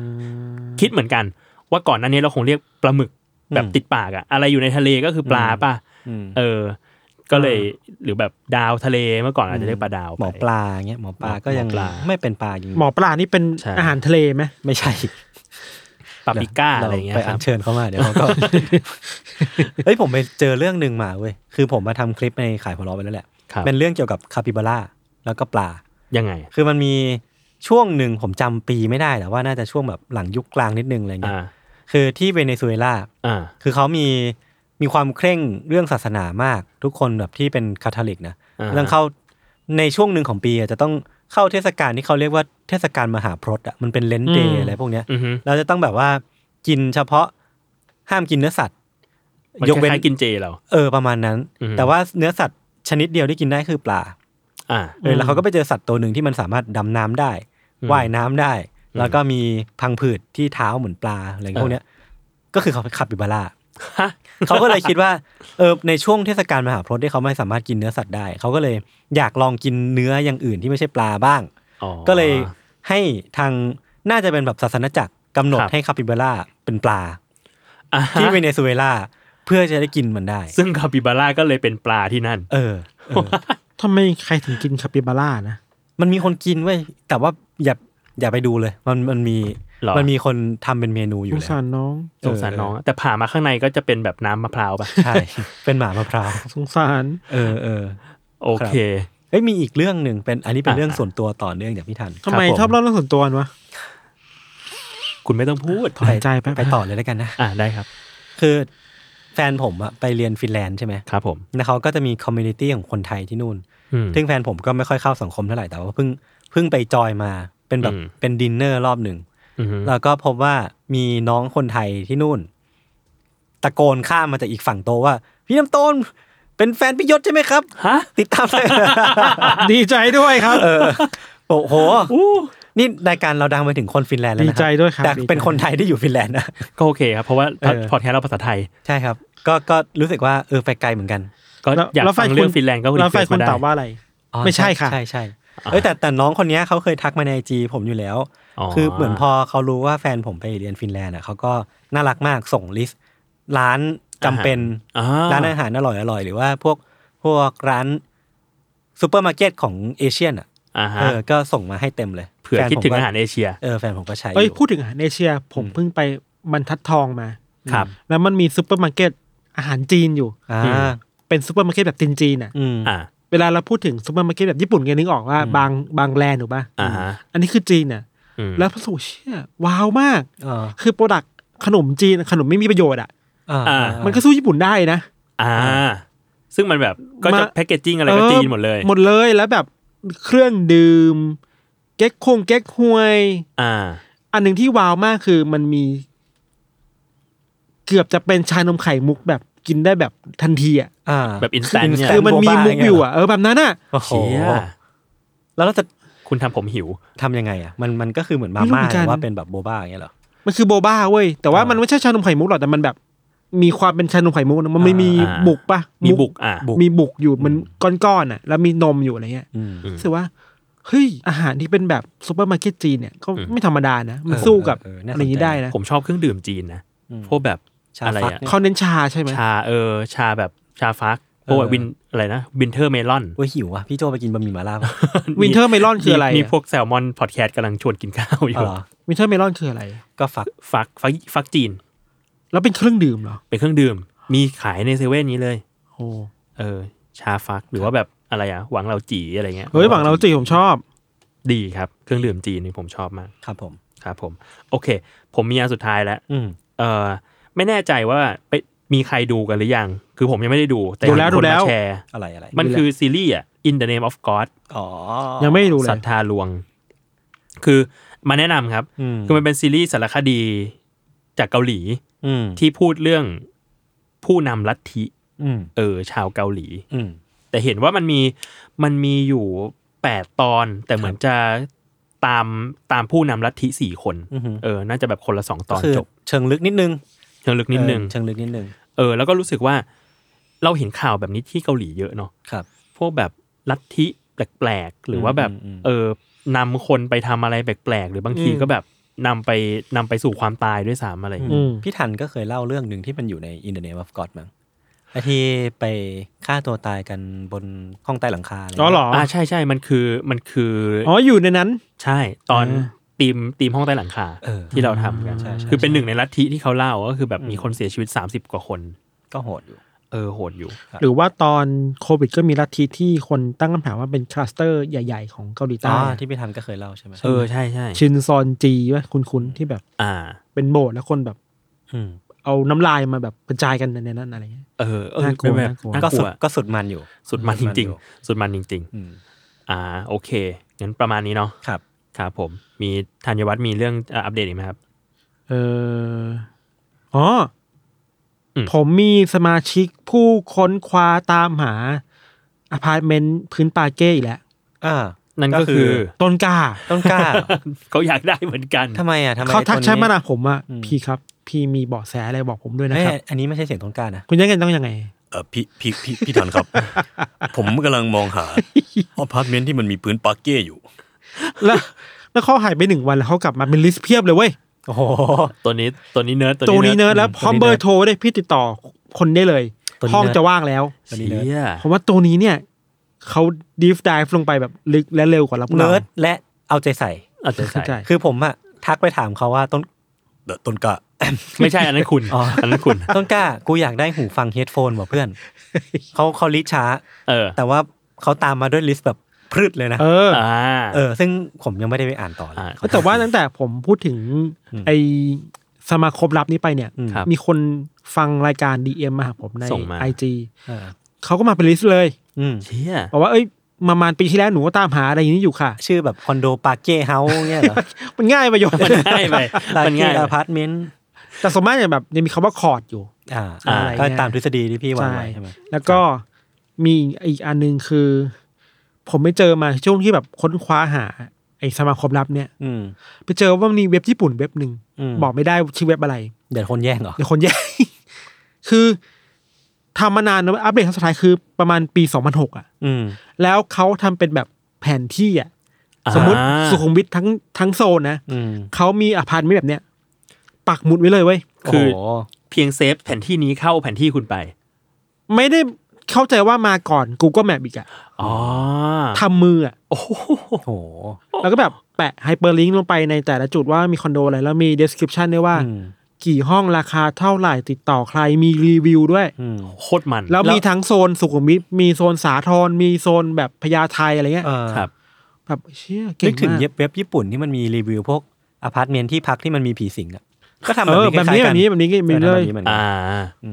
Speaker 2: คิดเหมือนกัน ว่าก่อนหน้านี้เราคงเรียกปลาหมึกแบบติดปากอะอะไรอยู่ในทะเลก็คือปลาป่ะ
Speaker 1: อืม
Speaker 2: เออ ก็เลยหรือแบบดาวทะเลเมื่อก่อนอาจจะเรียกปลาดาว
Speaker 1: หมอ
Speaker 2: ไป
Speaker 1: ปลาเงี้ยหมอปลาก็ยัง
Speaker 2: หมอปลา
Speaker 1: ไม่เป็นปลาจริง
Speaker 4: หมอปลานี่เป็น
Speaker 2: ใช่
Speaker 4: อาหารทะเลไหม
Speaker 1: ไม่ใช่
Speaker 2: ปลาปิก้าอะไรเงี้ย
Speaker 1: ไป
Speaker 2: ค
Speaker 1: อั
Speaker 2: รั
Speaker 1: ญ
Speaker 2: บ
Speaker 1: เชิญเข้ามาเดี๋ยวเขาก็ เฮ้ยผมไปเจอเรื่องหนึ่งมาเว้ยคือผมมาทำคลิปในขายหัวเราะไปแล้วแหละ
Speaker 2: ครับ
Speaker 1: เป็นเรื่องเกี่ยวกับคาปิบาร่าแล้วก็ปลา
Speaker 2: ยังไง
Speaker 1: คือมันมีช่วงหนึ่งผมจำปีไม่ได้แต่ว่าน่าจะช่วงแบบหลังยุคกลางนิดนึงอะไรเงี้
Speaker 2: อ่าย
Speaker 1: คือที่เวเนซุเอลา
Speaker 2: อ่า
Speaker 1: คือเขามีมีความเคร่งเรื่องศาสนามาก ทุกคนแบบที่เป็นคาทอลิกนะ
Speaker 2: อ่าฮะ
Speaker 1: เรื่องเข้าในช่วงหนึ่งของปีอ่ะจะต้องเข้าเทศกาลที่เขาเรียกว่าเทศกาลมหาพรตอ่ะมันเป็นเลนเดย์อะไรพวกเนี้ย
Speaker 2: อือฮึ
Speaker 1: เราจะต้องแบบว่ากินเฉพาะห้ามกินเนื้อสัตว์
Speaker 2: มัน
Speaker 1: ย
Speaker 2: ย
Speaker 1: ก
Speaker 2: ก
Speaker 1: เว้
Speaker 2: เว้
Speaker 1: น
Speaker 2: นกินเจเหรา
Speaker 1: เออประมาณนั้น
Speaker 2: อือฮึ
Speaker 1: แต่ว่าเนื้อสัตว์ชนิดเดียวที่กินได้คือปลา
Speaker 2: อ่า
Speaker 1: เออแล้วเขาก็ไปเจอสัตว์ตัวหนึ่งที่มันสามารถดำน้ำได้
Speaker 2: อืม
Speaker 1: ว่ายน้ำได้
Speaker 2: อืม
Speaker 1: แล้วก็มีพังผืดที่เท้าเหมือนปลาอะไรพวกเนี้ยก็คือเขาขับบิบาร่า
Speaker 2: ฮะ
Speaker 1: เขาก็เลยคิดว่าเออในช่วงเทศกาลมหาพรตที่เขาไม่สามารถกินเนื้อสัตว์ได้ เขาก็เลยอยากลองกินเนื้ออย่างอื่นที่ไม่ใช่ปลาบ้าง
Speaker 2: อ๋อ
Speaker 1: ก็เลยให้ทางน่าจะเป็นแบบศาสนจักรกำหนด
Speaker 2: ครับ
Speaker 1: ให้คาปิบาร่าเป็นปลา
Speaker 2: อ่าฮะ
Speaker 1: ที่เวเนซุเอลาเพื่อจะได้กินมันได้
Speaker 2: ซึ่งคาปิบาร่าก็เลยเป็นปลาที่นั่น
Speaker 1: เออเออ
Speaker 4: ทำไมใครถึงกินคาปิบาร่านะ
Speaker 1: มันมีคนกินเว้ยแต่ว่าอย่าอย่าไปดูเลย มันมันมี
Speaker 2: หรอ
Speaker 1: มันมีคนทำเป็นเมนูอยู่
Speaker 4: สง
Speaker 1: แล้
Speaker 4: สาว รน้อง
Speaker 1: เออ
Speaker 2: สงสารน้อง แต่ผ่ามาข้างในก็จะเป็นแบบน้ำมะพร้าวป่ะ
Speaker 1: ใช่ เป็นหมามะพร้าว
Speaker 4: สงสาร
Speaker 1: เออเออ
Speaker 2: โอเค
Speaker 1: เอ้ยมีอีกเรื่องหนึ่งเป็นอันนี้เป็น
Speaker 2: อ่ะ
Speaker 1: เรื่องส่วนตัวต่อเนื่องจากพี่ทัน
Speaker 4: ทำไม
Speaker 2: ผม
Speaker 4: ชอบเล่าเรื่องส่วนตัววะ
Speaker 2: คุณไม่ต้องพูด
Speaker 4: ถอนใจไป
Speaker 1: ไปต่อเลยแล้วกันนะ
Speaker 2: อ่าได้ครับ
Speaker 1: คือแฟนผมอะไปเรียนฟินแลนด์ใช่ไหม
Speaker 2: ครับผม
Speaker 1: แล้วเขาก็จะมีคอมมูนิตี้ของคนไทยที่นู่น
Speaker 2: อืม
Speaker 1: ซึ่งแฟนผมก็ไม่ค่อยเข้าสังคมเท่าไหร่ แต่ว่าเพิ่งเพิ่งไปจอยมา เป็นแบบ
Speaker 2: อืม
Speaker 1: เป็นดินเนอร์รอบหนึ่ง
Speaker 2: อือฮึ
Speaker 1: แล้วก็พบว่ามีน้องคนไทยที่นู่น ตะโกนข้ามมาจากอีกฝั่งโตะว่า พี่น้ำต้นเป็นแฟนพี่ยศใช่ไหมครับ
Speaker 2: ฮะ
Speaker 1: ติดตามเลย
Speaker 4: ดีใจด้วยครับ
Speaker 1: เออ โอ้โห นี่รายการเราดังไปถึงคนฟินแลนด์แล้วนะครั
Speaker 4: ดีใจด้วยครับ
Speaker 1: แต่
Speaker 4: ดีใจ
Speaker 1: เป็นคนไทยที่อยู่ฟินแลนด์นะ
Speaker 2: ก็โอเคครับ เพราะว่า
Speaker 1: เออ
Speaker 2: พอดแคสต์เราภาษาไทย
Speaker 1: ใช่ครับ ก็ก็รู้สึกว่าเออไปไกลเหมือนกัน
Speaker 2: ก็
Speaker 4: แล้ว
Speaker 2: อยาก
Speaker 4: แล้ว
Speaker 2: ฟังเรื่องฟินแลนด์ก็
Speaker 4: แล้วไฟ
Speaker 2: รีเควส
Speaker 4: คุณ
Speaker 2: มาได้
Speaker 4: ตอบว่าอะไร
Speaker 1: อ๋อ
Speaker 4: ไม่ใช่ค่ะ
Speaker 1: ใช่ใช่เอ้ยแต่แต่น้องคนเนี้ยเขาเคยทักมาในไอจีผมอยู่แล้ว คือเหมือนพอเขารู้ว่าแฟนผมไปเรียนฟินแลนด์อ่ะเขาก็น่ารักมากส่งลิสต์ร้านจำเป็น
Speaker 2: อ่
Speaker 1: ร้านอาหารอร่อยอร่อยๆหรือว่าพวกพวกร้านซูเปอร์มาร์เก็ตของเอเชียนอ่ะ
Speaker 2: อ่าฮะ
Speaker 1: เออก็ส่งมาให้เต็มเลย
Speaker 2: เผื่อ
Speaker 1: แฟน
Speaker 2: คิด
Speaker 1: ผม
Speaker 2: ถึง
Speaker 1: ก็
Speaker 2: อาหารเอเชีย
Speaker 1: เออแฟนผมก็ใช้อ
Speaker 4: เอ้ย
Speaker 1: ยู่
Speaker 4: พูดถึงอาหารเอเชียผมเพิ่งไปบรรทัดทองมา
Speaker 2: ครับ
Speaker 4: แล้วมันมีซูเปอร์มาร์เก็ตอาหารจีนอยู่
Speaker 1: อ่า
Speaker 2: อืม
Speaker 4: เป็นซูเปอร์มาร์เก็ตแบบจีนๆน่ะ
Speaker 1: อืม
Speaker 2: อ่า
Speaker 4: เวลาเราพูดถึงซูเปอร์มาร์เก็ตแบบญี่ปุ่นไงนึกออกว่าบางบางแลนด์ถูกป่ะ
Speaker 2: อ่าฮะ
Speaker 4: อันนี้คือจีนน่ะ
Speaker 2: อืม
Speaker 4: แล้วพระสูเชี่ยว้าวมาก
Speaker 1: เออ
Speaker 4: คือโปรดักขนมจีนขนมไม่มีประโยชน์อ่ะ
Speaker 1: อ่าอ่า
Speaker 4: มันก็สู้ญี่ปุ่นได้นะ
Speaker 2: อ่า ซึ่งมันแบบก็จะ
Speaker 4: มา
Speaker 2: แพ็กเกจจิ้งอะไรก็จีนหมดเลย
Speaker 4: หมดเลยแล้วแบบเครื่องดื่ม เก๊กคงเก๊กฮวย
Speaker 2: อ่า
Speaker 4: อันหนึ่งที่ว้าวมากคือมันมี เกือบจะเป็นชานมไข่มุกแบบกินได้แบบทันทีอ่ะ
Speaker 1: อ่า
Speaker 2: แบบ instant เนี่ย
Speaker 4: คือมันมีมุกอยู่อ่ะเออแบบนั้นอ่ะ
Speaker 1: โอ้โห
Speaker 2: เชีย
Speaker 1: แล้วเราจะ
Speaker 2: คุณทำผมหิว
Speaker 1: ทำยังไงอ่ะมันมันก็คือเหมือนมาม่าหรือว่าเป็นแบบโบบ้าอย่างเงี้ยเหรอ
Speaker 4: มันคือโบบ้าเว้ยแต่ว่า
Speaker 1: อ่ามั
Speaker 4: มันไม่ใช่ชานมไข่มุกหรอกแต่มันแบบ มีความเป็นชานมไข่มุกนะมันไม่มี
Speaker 2: อ่า
Speaker 4: บุกปะ
Speaker 2: มีบุกอ่ะ
Speaker 4: มีบุกอยู่มันก้อนๆอ่ะ แล้วมีนมอยู่อะไรเงี้ย
Speaker 1: อืม
Speaker 4: รู้สึกว่าเฮ้ยอาหารที่เป็นแบบซูเปอร์มาร์เก็ตจีนเนี่ยก็
Speaker 2: อืม
Speaker 4: ไม่ธรรมดานะ มัน
Speaker 1: เออ
Speaker 4: สู้กับ
Speaker 1: เออเออน่าสนใจ
Speaker 4: อะไรอย่างนี้ได้นะ
Speaker 2: ผมชอบเครื่องดื่มจีนนะพวกแบบ
Speaker 1: ชา
Speaker 2: อะไร
Speaker 1: ฟัก
Speaker 2: อ่ะ
Speaker 1: เนี่ย
Speaker 4: เขาเน้นชาใช่ไหม
Speaker 2: ชาเออ ชาแบบชาฟักพวก
Speaker 1: เออ
Speaker 2: วินอะไรนะวินเทอร์เมลอน
Speaker 1: โอ้ยหิวอ่ะพี่โจไปกินบะหมี่หมาล่าปะ
Speaker 4: วินเทอร์เมลอนคืออะไร
Speaker 2: มีพวกแซลมอนพอดแคสต์กำลังชวนกินข้าวอ
Speaker 1: อ๋อยู่ เหรอ
Speaker 4: วินเทอร์เมลอนคืออะไร
Speaker 1: ก็ฟัก
Speaker 2: ฟักฟักฟักจีน
Speaker 4: แล้วเป็นเครื่องดื่มเหรอ
Speaker 2: เป็นเครื่องดื่ม มีขายในเซเว่นนี้เลย
Speaker 4: โอ้
Speaker 2: เออ ชาฟักหรือว่าแบบอะไรอ่ะ หวังเหลาจีอะไรเงี้ย
Speaker 4: เฮ้ยหวังเราจีผมชอบ
Speaker 2: ดีครับ เครื่องดื่มจีนนี่ผมชอบมาก
Speaker 1: ครับผม
Speaker 2: ครับผม โอเค ผมมีอันสุดท้ายแล้ว
Speaker 1: อืม
Speaker 2: เออไม่แน่ใจว่าไปมีใครดูกันหรือยัง คือผมยังไม่ได้ดู แต่
Speaker 4: ดูแล้ว
Speaker 2: เห็นคน
Speaker 4: ดูแล้ว
Speaker 2: มาแชร์
Speaker 1: อะไรอะไร
Speaker 2: มันคือซีรีส์อ่ะ In the Name of God
Speaker 1: อ๋อ
Speaker 4: ยังไม่ดูเล
Speaker 2: ศรั
Speaker 4: ย
Speaker 2: ทธาลวง คือมาแนะนำครับ
Speaker 1: อืม
Speaker 2: คือมันเป็นซีรีส์สารคดีจากเกาหลี
Speaker 1: อืม
Speaker 2: ที่พูดเรื่องผู้นำลัทธิ
Speaker 1: อืม
Speaker 2: เออชาวเกาหลี
Speaker 1: อืม
Speaker 2: แต่เห็นว่ามันมีมันมีอยู่แปดตอน แต่เหมือนจะตามตามผู้นำลัทธิสี่คน
Speaker 1: อือหือ
Speaker 2: เออ น่าจะแบบคนละสองต
Speaker 1: ก็
Speaker 2: อน
Speaker 1: คือ
Speaker 2: จบ
Speaker 1: เชิงลึกนิดนึง
Speaker 2: เชิงลึกนิดนึง
Speaker 1: เออเชิงลึกนิดนึง
Speaker 2: เออแล้วก็รู้สึกว่าเราเห็นข่าวแบบนี้ที่เกาหลีเยอะเนาะ
Speaker 1: ครับ
Speaker 2: พวกแบบลัทธิแปลกๆ หรือว่าแบบ
Speaker 1: อืมอืม
Speaker 2: เออนำคนไปทำอะไรแปลกๆ หรือบางทีก็แบบนำไปนำไปสู่ความตายด้วยซ้ำอะไรอย่าง
Speaker 4: อื
Speaker 2: เงี้ย
Speaker 4: ม
Speaker 1: พี่ทันก็เคยเล่าเรื่องหนึ่งที่มันอยู่ในอินเด n a น e of God มั้งไอที่ไปฆ่าตัวตายกันบนห้องใต้หลังคาะไย่าง
Speaker 4: อ๋อ
Speaker 1: เงี้ย
Speaker 4: เหรอ
Speaker 2: อ่าใช่ใช่มันคือมันคืออ
Speaker 4: อ๋ออยู่ในนั้น
Speaker 2: ใช่ตอน
Speaker 4: เออ
Speaker 2: ตีมตีมห้องใต้หลังคา
Speaker 1: เออ
Speaker 2: ที่เราทำกัน
Speaker 1: ใช่ใช่
Speaker 2: คือเป็นหนึ่งในลัทธิที่เขาเล่าก็คือแบบมีคนเสียชีวิต 30 กว่าคน
Speaker 1: ก็โหดอยู่
Speaker 2: เออโหดอยู่
Speaker 4: หรือว่าตอนโควิดก็มีลัทธิที่คนตั้งคำถามว่าเป็นคลัสเตอร์ใหญ่ ๆ ของเกาหลี
Speaker 1: อ๋
Speaker 4: ใต้
Speaker 1: อ
Speaker 4: อะ
Speaker 1: ที่พี่ทันก็เคยเล่าใช่ไหม
Speaker 2: เออใช่ใช่
Speaker 4: ชินซอนจีว่าคุณๆที่แบบ
Speaker 2: อ่า
Speaker 4: เป็นโบสถ์แล้วคนแบบ
Speaker 1: อืม
Speaker 4: เอาน้ำลายมาแบบกระจายกันในนั้นอะไรเงี้ย
Speaker 2: เออเออ
Speaker 4: น่ากลัว
Speaker 2: เป็นแบบ
Speaker 4: น่ากลัว
Speaker 2: น่า
Speaker 1: ก็
Speaker 2: กลั
Speaker 1: สุด
Speaker 2: ว
Speaker 1: ก็สุดมันอยู่
Speaker 2: สุดมันจริง
Speaker 1: อยู่
Speaker 2: ๆ สุดมันจริง ๆ
Speaker 1: อืม
Speaker 2: อ่าโอเคงั้นประมาณนี้เนาะ
Speaker 1: ครับ
Speaker 2: ครับผมมีธัญวัฒน์มีเรื่องอ่ะอัปเดตอีกไหมครับ
Speaker 4: เอออ๋ออ
Speaker 2: ม
Speaker 4: ผมมีสมาชิกผู้ค้นคว้าตามหาอพาร์ตเมนต์พื้นปาเก้อีกแล้ว
Speaker 1: อ่า
Speaker 2: นั่นก็คือ
Speaker 4: ต้นกล้า
Speaker 1: ต้นกล้า
Speaker 2: เขาอยากได้เหมือนกัน
Speaker 1: ทำไมอ่ะทำไม
Speaker 4: เขาทัก
Speaker 1: ไอ้ตัว
Speaker 4: แชทมา
Speaker 1: นี้
Speaker 4: หนะผมอ่ะ
Speaker 1: อืม
Speaker 4: พี่ครับ พี่มีเบาะแสอะไรบอกผมด้วยนะ
Speaker 1: เอ้ย
Speaker 4: ครับ
Speaker 1: อันนี้ไม่ใช่เสียงต้นกล้านะ
Speaker 4: คุณยังไงต้องยังไง
Speaker 3: เออพี่พี่พี่พี่ทันครับ ผมกำลังมองหา อพาร์ตเมนต์ที่มันมีพื้นปาร์เก้อยู่
Speaker 4: แล้วแล้วเขาหายไปหนึ่งวันแล้วเขากลับมาเป็นลิสต์เพียบเลยเว้ย
Speaker 1: โอ้โห
Speaker 2: ตัวนี้ตัวนี้เนิร์ด
Speaker 4: ตัวนี้เนิร์ดแล้ว
Speaker 1: อืม
Speaker 4: พร้อม
Speaker 1: ตัวนี้
Speaker 4: เบอร์โทรได้พี่ติดต่อคนได้เลย
Speaker 1: ตัวนี้
Speaker 4: ห้อง
Speaker 1: เนิร์ด
Speaker 4: จะว่างแล้ว
Speaker 1: ตัวนี้
Speaker 2: เชี่
Speaker 1: เนิร์ด
Speaker 2: ย
Speaker 4: ผมว่าตัวนี้เนี่ยเขาดีฟดิฟลงไปแบบลึกและเร็วกว่ารับ
Speaker 1: เนิร์ดและเอาใจใส่
Speaker 2: เอาใจ
Speaker 4: เข้าใจ
Speaker 2: ใส่
Speaker 1: คือผมอะทักไปถามเขาว่าต้น
Speaker 3: เดอะต้นกะ
Speaker 2: ไม่ใช่อันนั้นคุณ
Speaker 1: อ๋ออั
Speaker 2: อันนั้นคุณ
Speaker 1: ต้นกล้า กูอยากได้หูฟังเฮดโฟนว่ะเพื่อน เขาเขาลิสต์ช้า
Speaker 2: เออ
Speaker 1: แต่ว่าเขาตามมาด้วยลิสต์แบบพรึดเลยนะ
Speaker 4: เออ
Speaker 2: อ่า
Speaker 1: เออ ซึ่งผมยังไม่ได้ไปอ่านต่อเลย
Speaker 2: อ่า
Speaker 4: แต่ว่าตั้งแต่ผมพูดถึงไอสมาคมลับนี้ไปเนี่ย
Speaker 1: อืม
Speaker 2: ครับ
Speaker 4: มีคนฟังรายการ DM มาหาผมใน
Speaker 2: ส่งมา
Speaker 4: ไอจี
Speaker 1: เออ
Speaker 4: เขาก็มาเป็นลิสต์เลย
Speaker 1: อืม
Speaker 2: เชี่ย
Speaker 4: บอกว่าเอ้ยมามาณปีที่แล้วหนูก็ตามหาอะไรอย่างนี้อยู่ค่ะ
Speaker 1: ชื่อแบบคอนโดปาเก้เฮาเงี้ยเหรอ
Speaker 4: มันง่ายประโยชน์
Speaker 2: มันง่ายไป
Speaker 1: ปา
Speaker 2: มัน
Speaker 1: เก้
Speaker 2: ง่าย
Speaker 1: อ
Speaker 2: ไป
Speaker 1: พาร์ตเมนต์
Speaker 4: แต่สมมติเนี่ยแบบยังมีคำว่าคอร์ดอยู่
Speaker 1: อ่า
Speaker 2: อ่า
Speaker 1: ก็ตามทฤษฎีที่พี่วาง
Speaker 4: ใช่
Speaker 1: ไว้ใช่ไหม
Speaker 4: แล้วก็มีอีกอันหนึงคือ ผมไม่เจอมาช่วงที่แบบค้นคว้าหา ไอสมาคมลับเนี่ย
Speaker 1: อืม
Speaker 4: ไปเจอว่ามีเว็บญี่ปุ่นเว็บหนึ่ง
Speaker 1: อืม
Speaker 4: บอกไม่ได้ชื่อเว็บอะไร
Speaker 1: เดี๋ยวคนแย่งเหรอ
Speaker 4: เดี๋ยวคนแย่ง คือทำมานานนะอัปเดตครั้งสุดท้ายคือประมาณปี 2006 อ่ะ
Speaker 1: อืม
Speaker 4: แล้วเขาทำเป็นแบบแผนที่อ่ะ
Speaker 2: อ่า
Speaker 4: สมมติสุขุมวิททั้งทั้งโซนนะ
Speaker 1: อืม
Speaker 4: เขามีอพาร์ตเมนต์แบบเนี้ย ปักหมุดไว้เลยเว้ย
Speaker 2: คือ
Speaker 1: โโห
Speaker 2: เพียงเซฟแผนที่นี้เข้าแผนที่คุณไป
Speaker 4: ไม่ได้เข้าใจว่ามาก่อน Google Map อีกอะ
Speaker 2: อ๋อ
Speaker 4: ทำมืออะ
Speaker 2: โอ้โห
Speaker 1: โอ้โห
Speaker 4: แล้วก็แบบแปะไฮเปอร์ลิงก์ลงไปในแต่ละจุดว่ามีคอนโดอะไร แล้วมีเดสคริปชันด้วยว่า
Speaker 1: อืม
Speaker 4: กี่ห้องราคาเท่าไหร่ติดต่อใครมีรีวิวด้วย
Speaker 1: อืม
Speaker 2: โคตรมัน
Speaker 4: แล้วมีทั้งโซนสุขุมวิทมีโซนสาทรมีโซนแบบพญาไทอะไรเงี้ย
Speaker 1: เออ
Speaker 2: ครับ
Speaker 4: แบบเชี่ยเก่ง
Speaker 1: นึกถึง
Speaker 4: มาก
Speaker 1: เว็บญี่ปุ่นที่มันมีรีวิวพวกอพาร์ตเมนต์ที่พักที่มันมีผีสิงอ่ะ ก็ทำ
Speaker 4: เออแบ
Speaker 1: แบบ บ
Speaker 4: นี้
Speaker 1: นี้คล้ายๆ
Speaker 4: แบ
Speaker 1: กับ
Speaker 4: นี้แบบนี้ก็มี
Speaker 1: ออ
Speaker 4: เล
Speaker 1: ทำแบ
Speaker 4: ย
Speaker 1: บนี้เหมือนกัน
Speaker 2: อ่า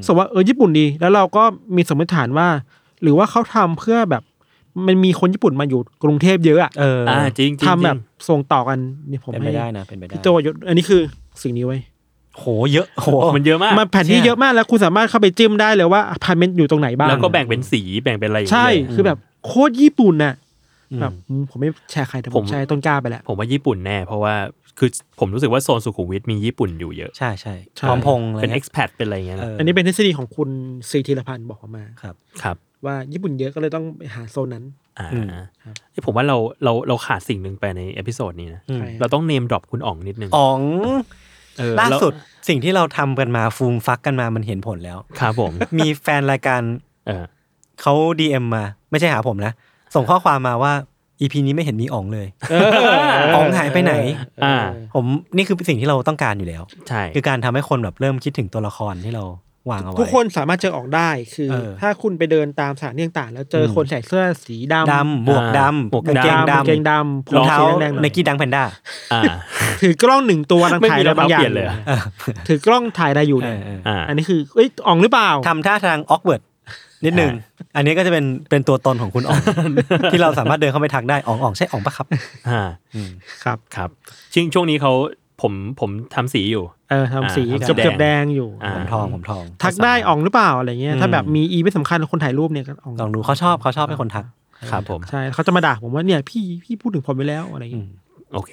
Speaker 4: สมมติว่าเออญี่ปุ่นดี แล้วเราก็มีสมมติฐานว่า หรือว่าเขาทำเพื่อแบบ มันมีคนญี่ปุ่นมาอยู่กรุงเทพเยอะอะ
Speaker 1: เอออ
Speaker 2: อ่า จริงจริง
Speaker 4: ทำแบบส่งต่อกันนี่ผม
Speaker 1: เป็นไป
Speaker 4: ให้
Speaker 1: ได้นะ เป็นไปได้
Speaker 4: พี่โจยศอันนี้คือสิ่งนี้ไว้ย
Speaker 1: โหเยอะโห
Speaker 2: โอ้มันเยอะมาก
Speaker 4: มันแผนที่
Speaker 1: เชี่ย
Speaker 4: เยอะมากแล้วคุณสามารถเข้าไปจิ้มได้เลยว่าอพาร์ตเมนต์อยู่ตรงไหนบ้าง
Speaker 2: แล้วก็แบ่งเป็นสีแบ่งเป็นอะไรอย่าง
Speaker 4: ใช่
Speaker 2: เงี้ย
Speaker 4: คือแบบโคตรญี่ปุ่นน่ะแบบอืมผมไม่แชร์ใครแต่ผ
Speaker 2: ผม ม
Speaker 4: แชร์ต้นกล้าไปแล้ว
Speaker 2: ผมว่าญี่ปุ่นแน่ เพราะว่าคือผมรู้สึกว่าโซนสุขุมวิทมีญี่ปุ่นอยู่เยอะ
Speaker 1: ใช่ใช่
Speaker 4: ใช่
Speaker 1: พร้อมพงษ์อะไร
Speaker 2: เป็น
Speaker 1: เงี้ย
Speaker 2: expat เป็นอะไรอย่างเงี้ยนะ
Speaker 4: อันนี้เป็นทฤษฎีของคุณซีธีรพันธ์บอกมา
Speaker 1: ครับ
Speaker 2: ครับ
Speaker 4: ว่าญี่ปุ่นเยอะก็เลยต้องไปหาโซนนั้น
Speaker 2: อ่า
Speaker 1: อืม
Speaker 2: ที่ผมว่าเราเราเราขาดสิ่งหนึ่งไปในเอพิโซดนี้นะ
Speaker 4: ใช่
Speaker 2: เราต้องเนมดรอปคุณอ๋องนิดนึง
Speaker 1: อ๋อง
Speaker 2: เออ
Speaker 1: ล่า
Speaker 2: แว
Speaker 1: สุดสิ่งที่เราทำกันมาฟูมฟักกันมามันเห็นผลแล้ว
Speaker 2: ครับผม
Speaker 1: มีแฟนรายการ
Speaker 2: เออ
Speaker 1: เขา DM มา ไม่ใช่หาผมนะ ส่งข้อความมาว่าอีพีนี้ไม่เห็นมีอ๋องเลยอ๋องหายไปไหน
Speaker 2: อ่า
Speaker 1: ผมนี่คือสิ่งที่เราต้องการอยู่แล้ว
Speaker 2: ใช่
Speaker 1: คือการทำให้คนแบบเริ่มคิดถึงตัวละครที่เราวางเอาไว้
Speaker 4: ทุกคนสามารถเจอออกได้คือ
Speaker 1: เออ
Speaker 4: ถ้าคุณไปเดินตามสถานที่ต่างๆ แล้วเจอคนใส่เสื้อสีดำ
Speaker 1: ดำหมวกดำ
Speaker 2: หมวก
Speaker 1: กางเกง
Speaker 4: ดำกางเกง
Speaker 1: ดำ
Speaker 4: ดำ
Speaker 1: รองเท้า
Speaker 4: สีแดงๆหน่อย
Speaker 1: ในกี้ดังแพนด้า
Speaker 2: อ่า
Speaker 4: ถือกล้องหนึ่งตัวนั่ง
Speaker 2: ไม่
Speaker 4: ถ่าย
Speaker 2: มี
Speaker 4: อะไรบางอย่าง
Speaker 2: รองเท้าเปลี่ยนเลยเหรอ
Speaker 4: ถือกล้องถ่ายอะไรอยู่เนี่ย
Speaker 1: เออเออ
Speaker 2: อ่า
Speaker 4: อันนี้คือเอ้ยอ่องหรือเปล่า
Speaker 1: ทำท่าทางออกเวิร์ดนิดหนึ่ง
Speaker 2: อ่
Speaker 1: อันนี้ก็จะเป็นเป็นตัวตนของคุณอ๋อง ที่เราสามารถเดินเข้าไปทักได้อ๋องอ๋องใช่อ๋องปะครับ
Speaker 2: อ่า
Speaker 4: ครับ
Speaker 2: ครับช่วงช่วงนี้เขาผมผมทำสีอยู่
Speaker 4: เออทำสี
Speaker 2: อ่า
Speaker 4: เกือ
Speaker 2: ทำ
Speaker 4: บ
Speaker 2: สี
Speaker 4: เกือบแดงอยู่
Speaker 2: อ่า
Speaker 1: ผมทองผมทอง
Speaker 4: ทักได้อ่องหรือเปล่าอะไรเงี้ยถ้าแบบมีอีไม่สำคัญคนถ่ายรูปเนี่ยก็อ่อง
Speaker 1: ลองดูเขาชอบเขาชอบให้คนทัก
Speaker 2: ครับผม
Speaker 4: ใช่เขาจะมาด่าผมว่าเนี่ยพี่พี่พูดถึงผมไปแล้วอะไรเงี้ย
Speaker 2: โอเค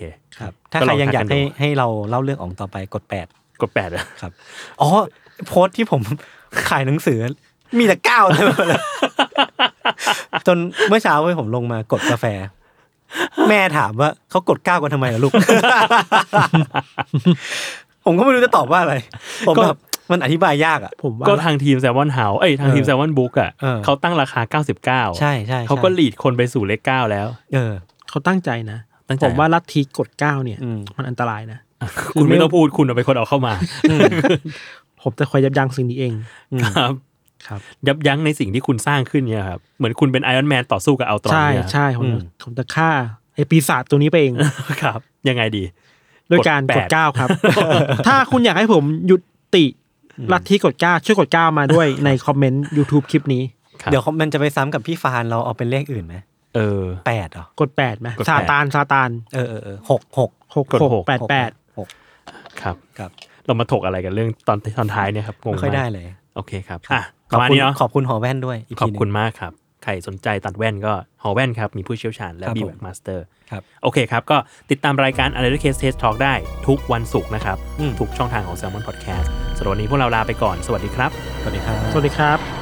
Speaker 1: ถ้าใครยังอยาก
Speaker 2: ก็ล
Speaker 1: ให้
Speaker 2: ทันดู
Speaker 1: ให้เราเล่าเรื่องอ๋องต่อไปกดแปด
Speaker 2: กดแปดอะ
Speaker 1: ครับ อ๋อโพสต์ที่ผม ขายหนังสือ มีแต่เก้าเต็มไปหมด เลย จนเมื่อเช้าเว้ยผมลงมากดกาแฟ แม่ถามว่าเขากดเก้ากันทำไมล่ะลูก ผมก็ไม่รู้จะตอบว่าอะไร ผมแบบมันอธิบายยากอ่ะ
Speaker 4: ผมว่า
Speaker 2: ก็ทางทีมแซมวอนเฮาเอ้ยทางทีมแซมวอนบุ๊กอ่ะ
Speaker 1: เออ
Speaker 2: เขาตั้งราคา 99
Speaker 1: ใช่ใช่ใช่
Speaker 2: เขาก็หลีดคนไปสู่เลขเก้าแล้ว
Speaker 1: เออ
Speaker 4: เขาตั้งใจนะ
Speaker 2: ตั้งใจ
Speaker 4: ผมว่าลัทธิกดเก้าเนี่ย
Speaker 1: อืม
Speaker 4: มันอันตรายนะ
Speaker 2: คุณไม่ต้องพูดคุณเอาไปนคนเอาเข้ามา
Speaker 4: ผมจะคอยยับยั้งสิ่งนี้เอง
Speaker 2: ครับ
Speaker 4: ครับ
Speaker 2: ยับยั้งในสิ่งที่คุณสร้างขึ้นเนี่ยครับ เหมือนคุณเป็นไอรอนแมนต่อสู้กับอัลตรอน
Speaker 4: ใช่
Speaker 2: เนี่ย
Speaker 4: ใช่ผมผมจะฆ่าไอ้ปีศาจตัวนี้ไปเอง
Speaker 2: ครับ ยังไงดี
Speaker 4: ด้วยการ
Speaker 2: กด
Speaker 4: ก
Speaker 2: แป
Speaker 4: ด
Speaker 2: ด
Speaker 4: เก้าครับ ถ้าคุณอยากให้ผมยุติลัทธิกดเก้าช่วยกดเก้ามาด้วยในคอมเมนต์ YouTube คลิปนี้
Speaker 2: ครับ
Speaker 1: เดี๋ยวมันจะไปซ้ำกับพี่ฟานเราเอาเป็นเลขอื่นไหม
Speaker 2: เออ
Speaker 1: แปดเหรอก
Speaker 4: ดแปดไหม
Speaker 2: กดแปด
Speaker 4: ซาตานซาตาน
Speaker 1: เออเออเออหกหก
Speaker 4: หก
Speaker 2: กด
Speaker 4: ห
Speaker 2: ห
Speaker 4: ก
Speaker 2: ก
Speaker 4: แปดแปด
Speaker 1: หก
Speaker 2: ครับ
Speaker 1: ครับ
Speaker 2: เรามาถกอะไรกันเรื่องตอนตอนท้ายเนี่ยครับงง
Speaker 1: ไม่ค่อยได้
Speaker 2: มาก
Speaker 1: เลย
Speaker 2: โอเคครับ
Speaker 1: ครับ
Speaker 2: อ่ะป
Speaker 1: ขอบ
Speaker 2: ระมาณ
Speaker 1: คุณ
Speaker 2: นี้เนาะ
Speaker 1: ขอบคุณหอแว่นด้วยอีก
Speaker 2: ขอ
Speaker 1: ที
Speaker 2: บ
Speaker 1: หนึ
Speaker 2: คุณ
Speaker 1: ง
Speaker 2: มากครับ ใครสนใจตัดแว่นก็หอแว่นครับ มีผู้เชี่ยวชาญและ
Speaker 1: ครับ
Speaker 2: บี
Speaker 1: ผม
Speaker 2: แบ็กมาสเตอร์
Speaker 1: ครับ
Speaker 2: โอเคครับ ก็ติดตามรายการ a n a l y Case Test Talk ได้ทุกวันศุกร์นะครับ
Speaker 1: อืม
Speaker 2: ทุกช่องทางของ Salmon Podcast สำหรับวันนี้พวกเราลาไปก่อน สวัสดีครับ
Speaker 1: สวัสดีครับ
Speaker 4: สวัสดีครับ
Speaker 2: ค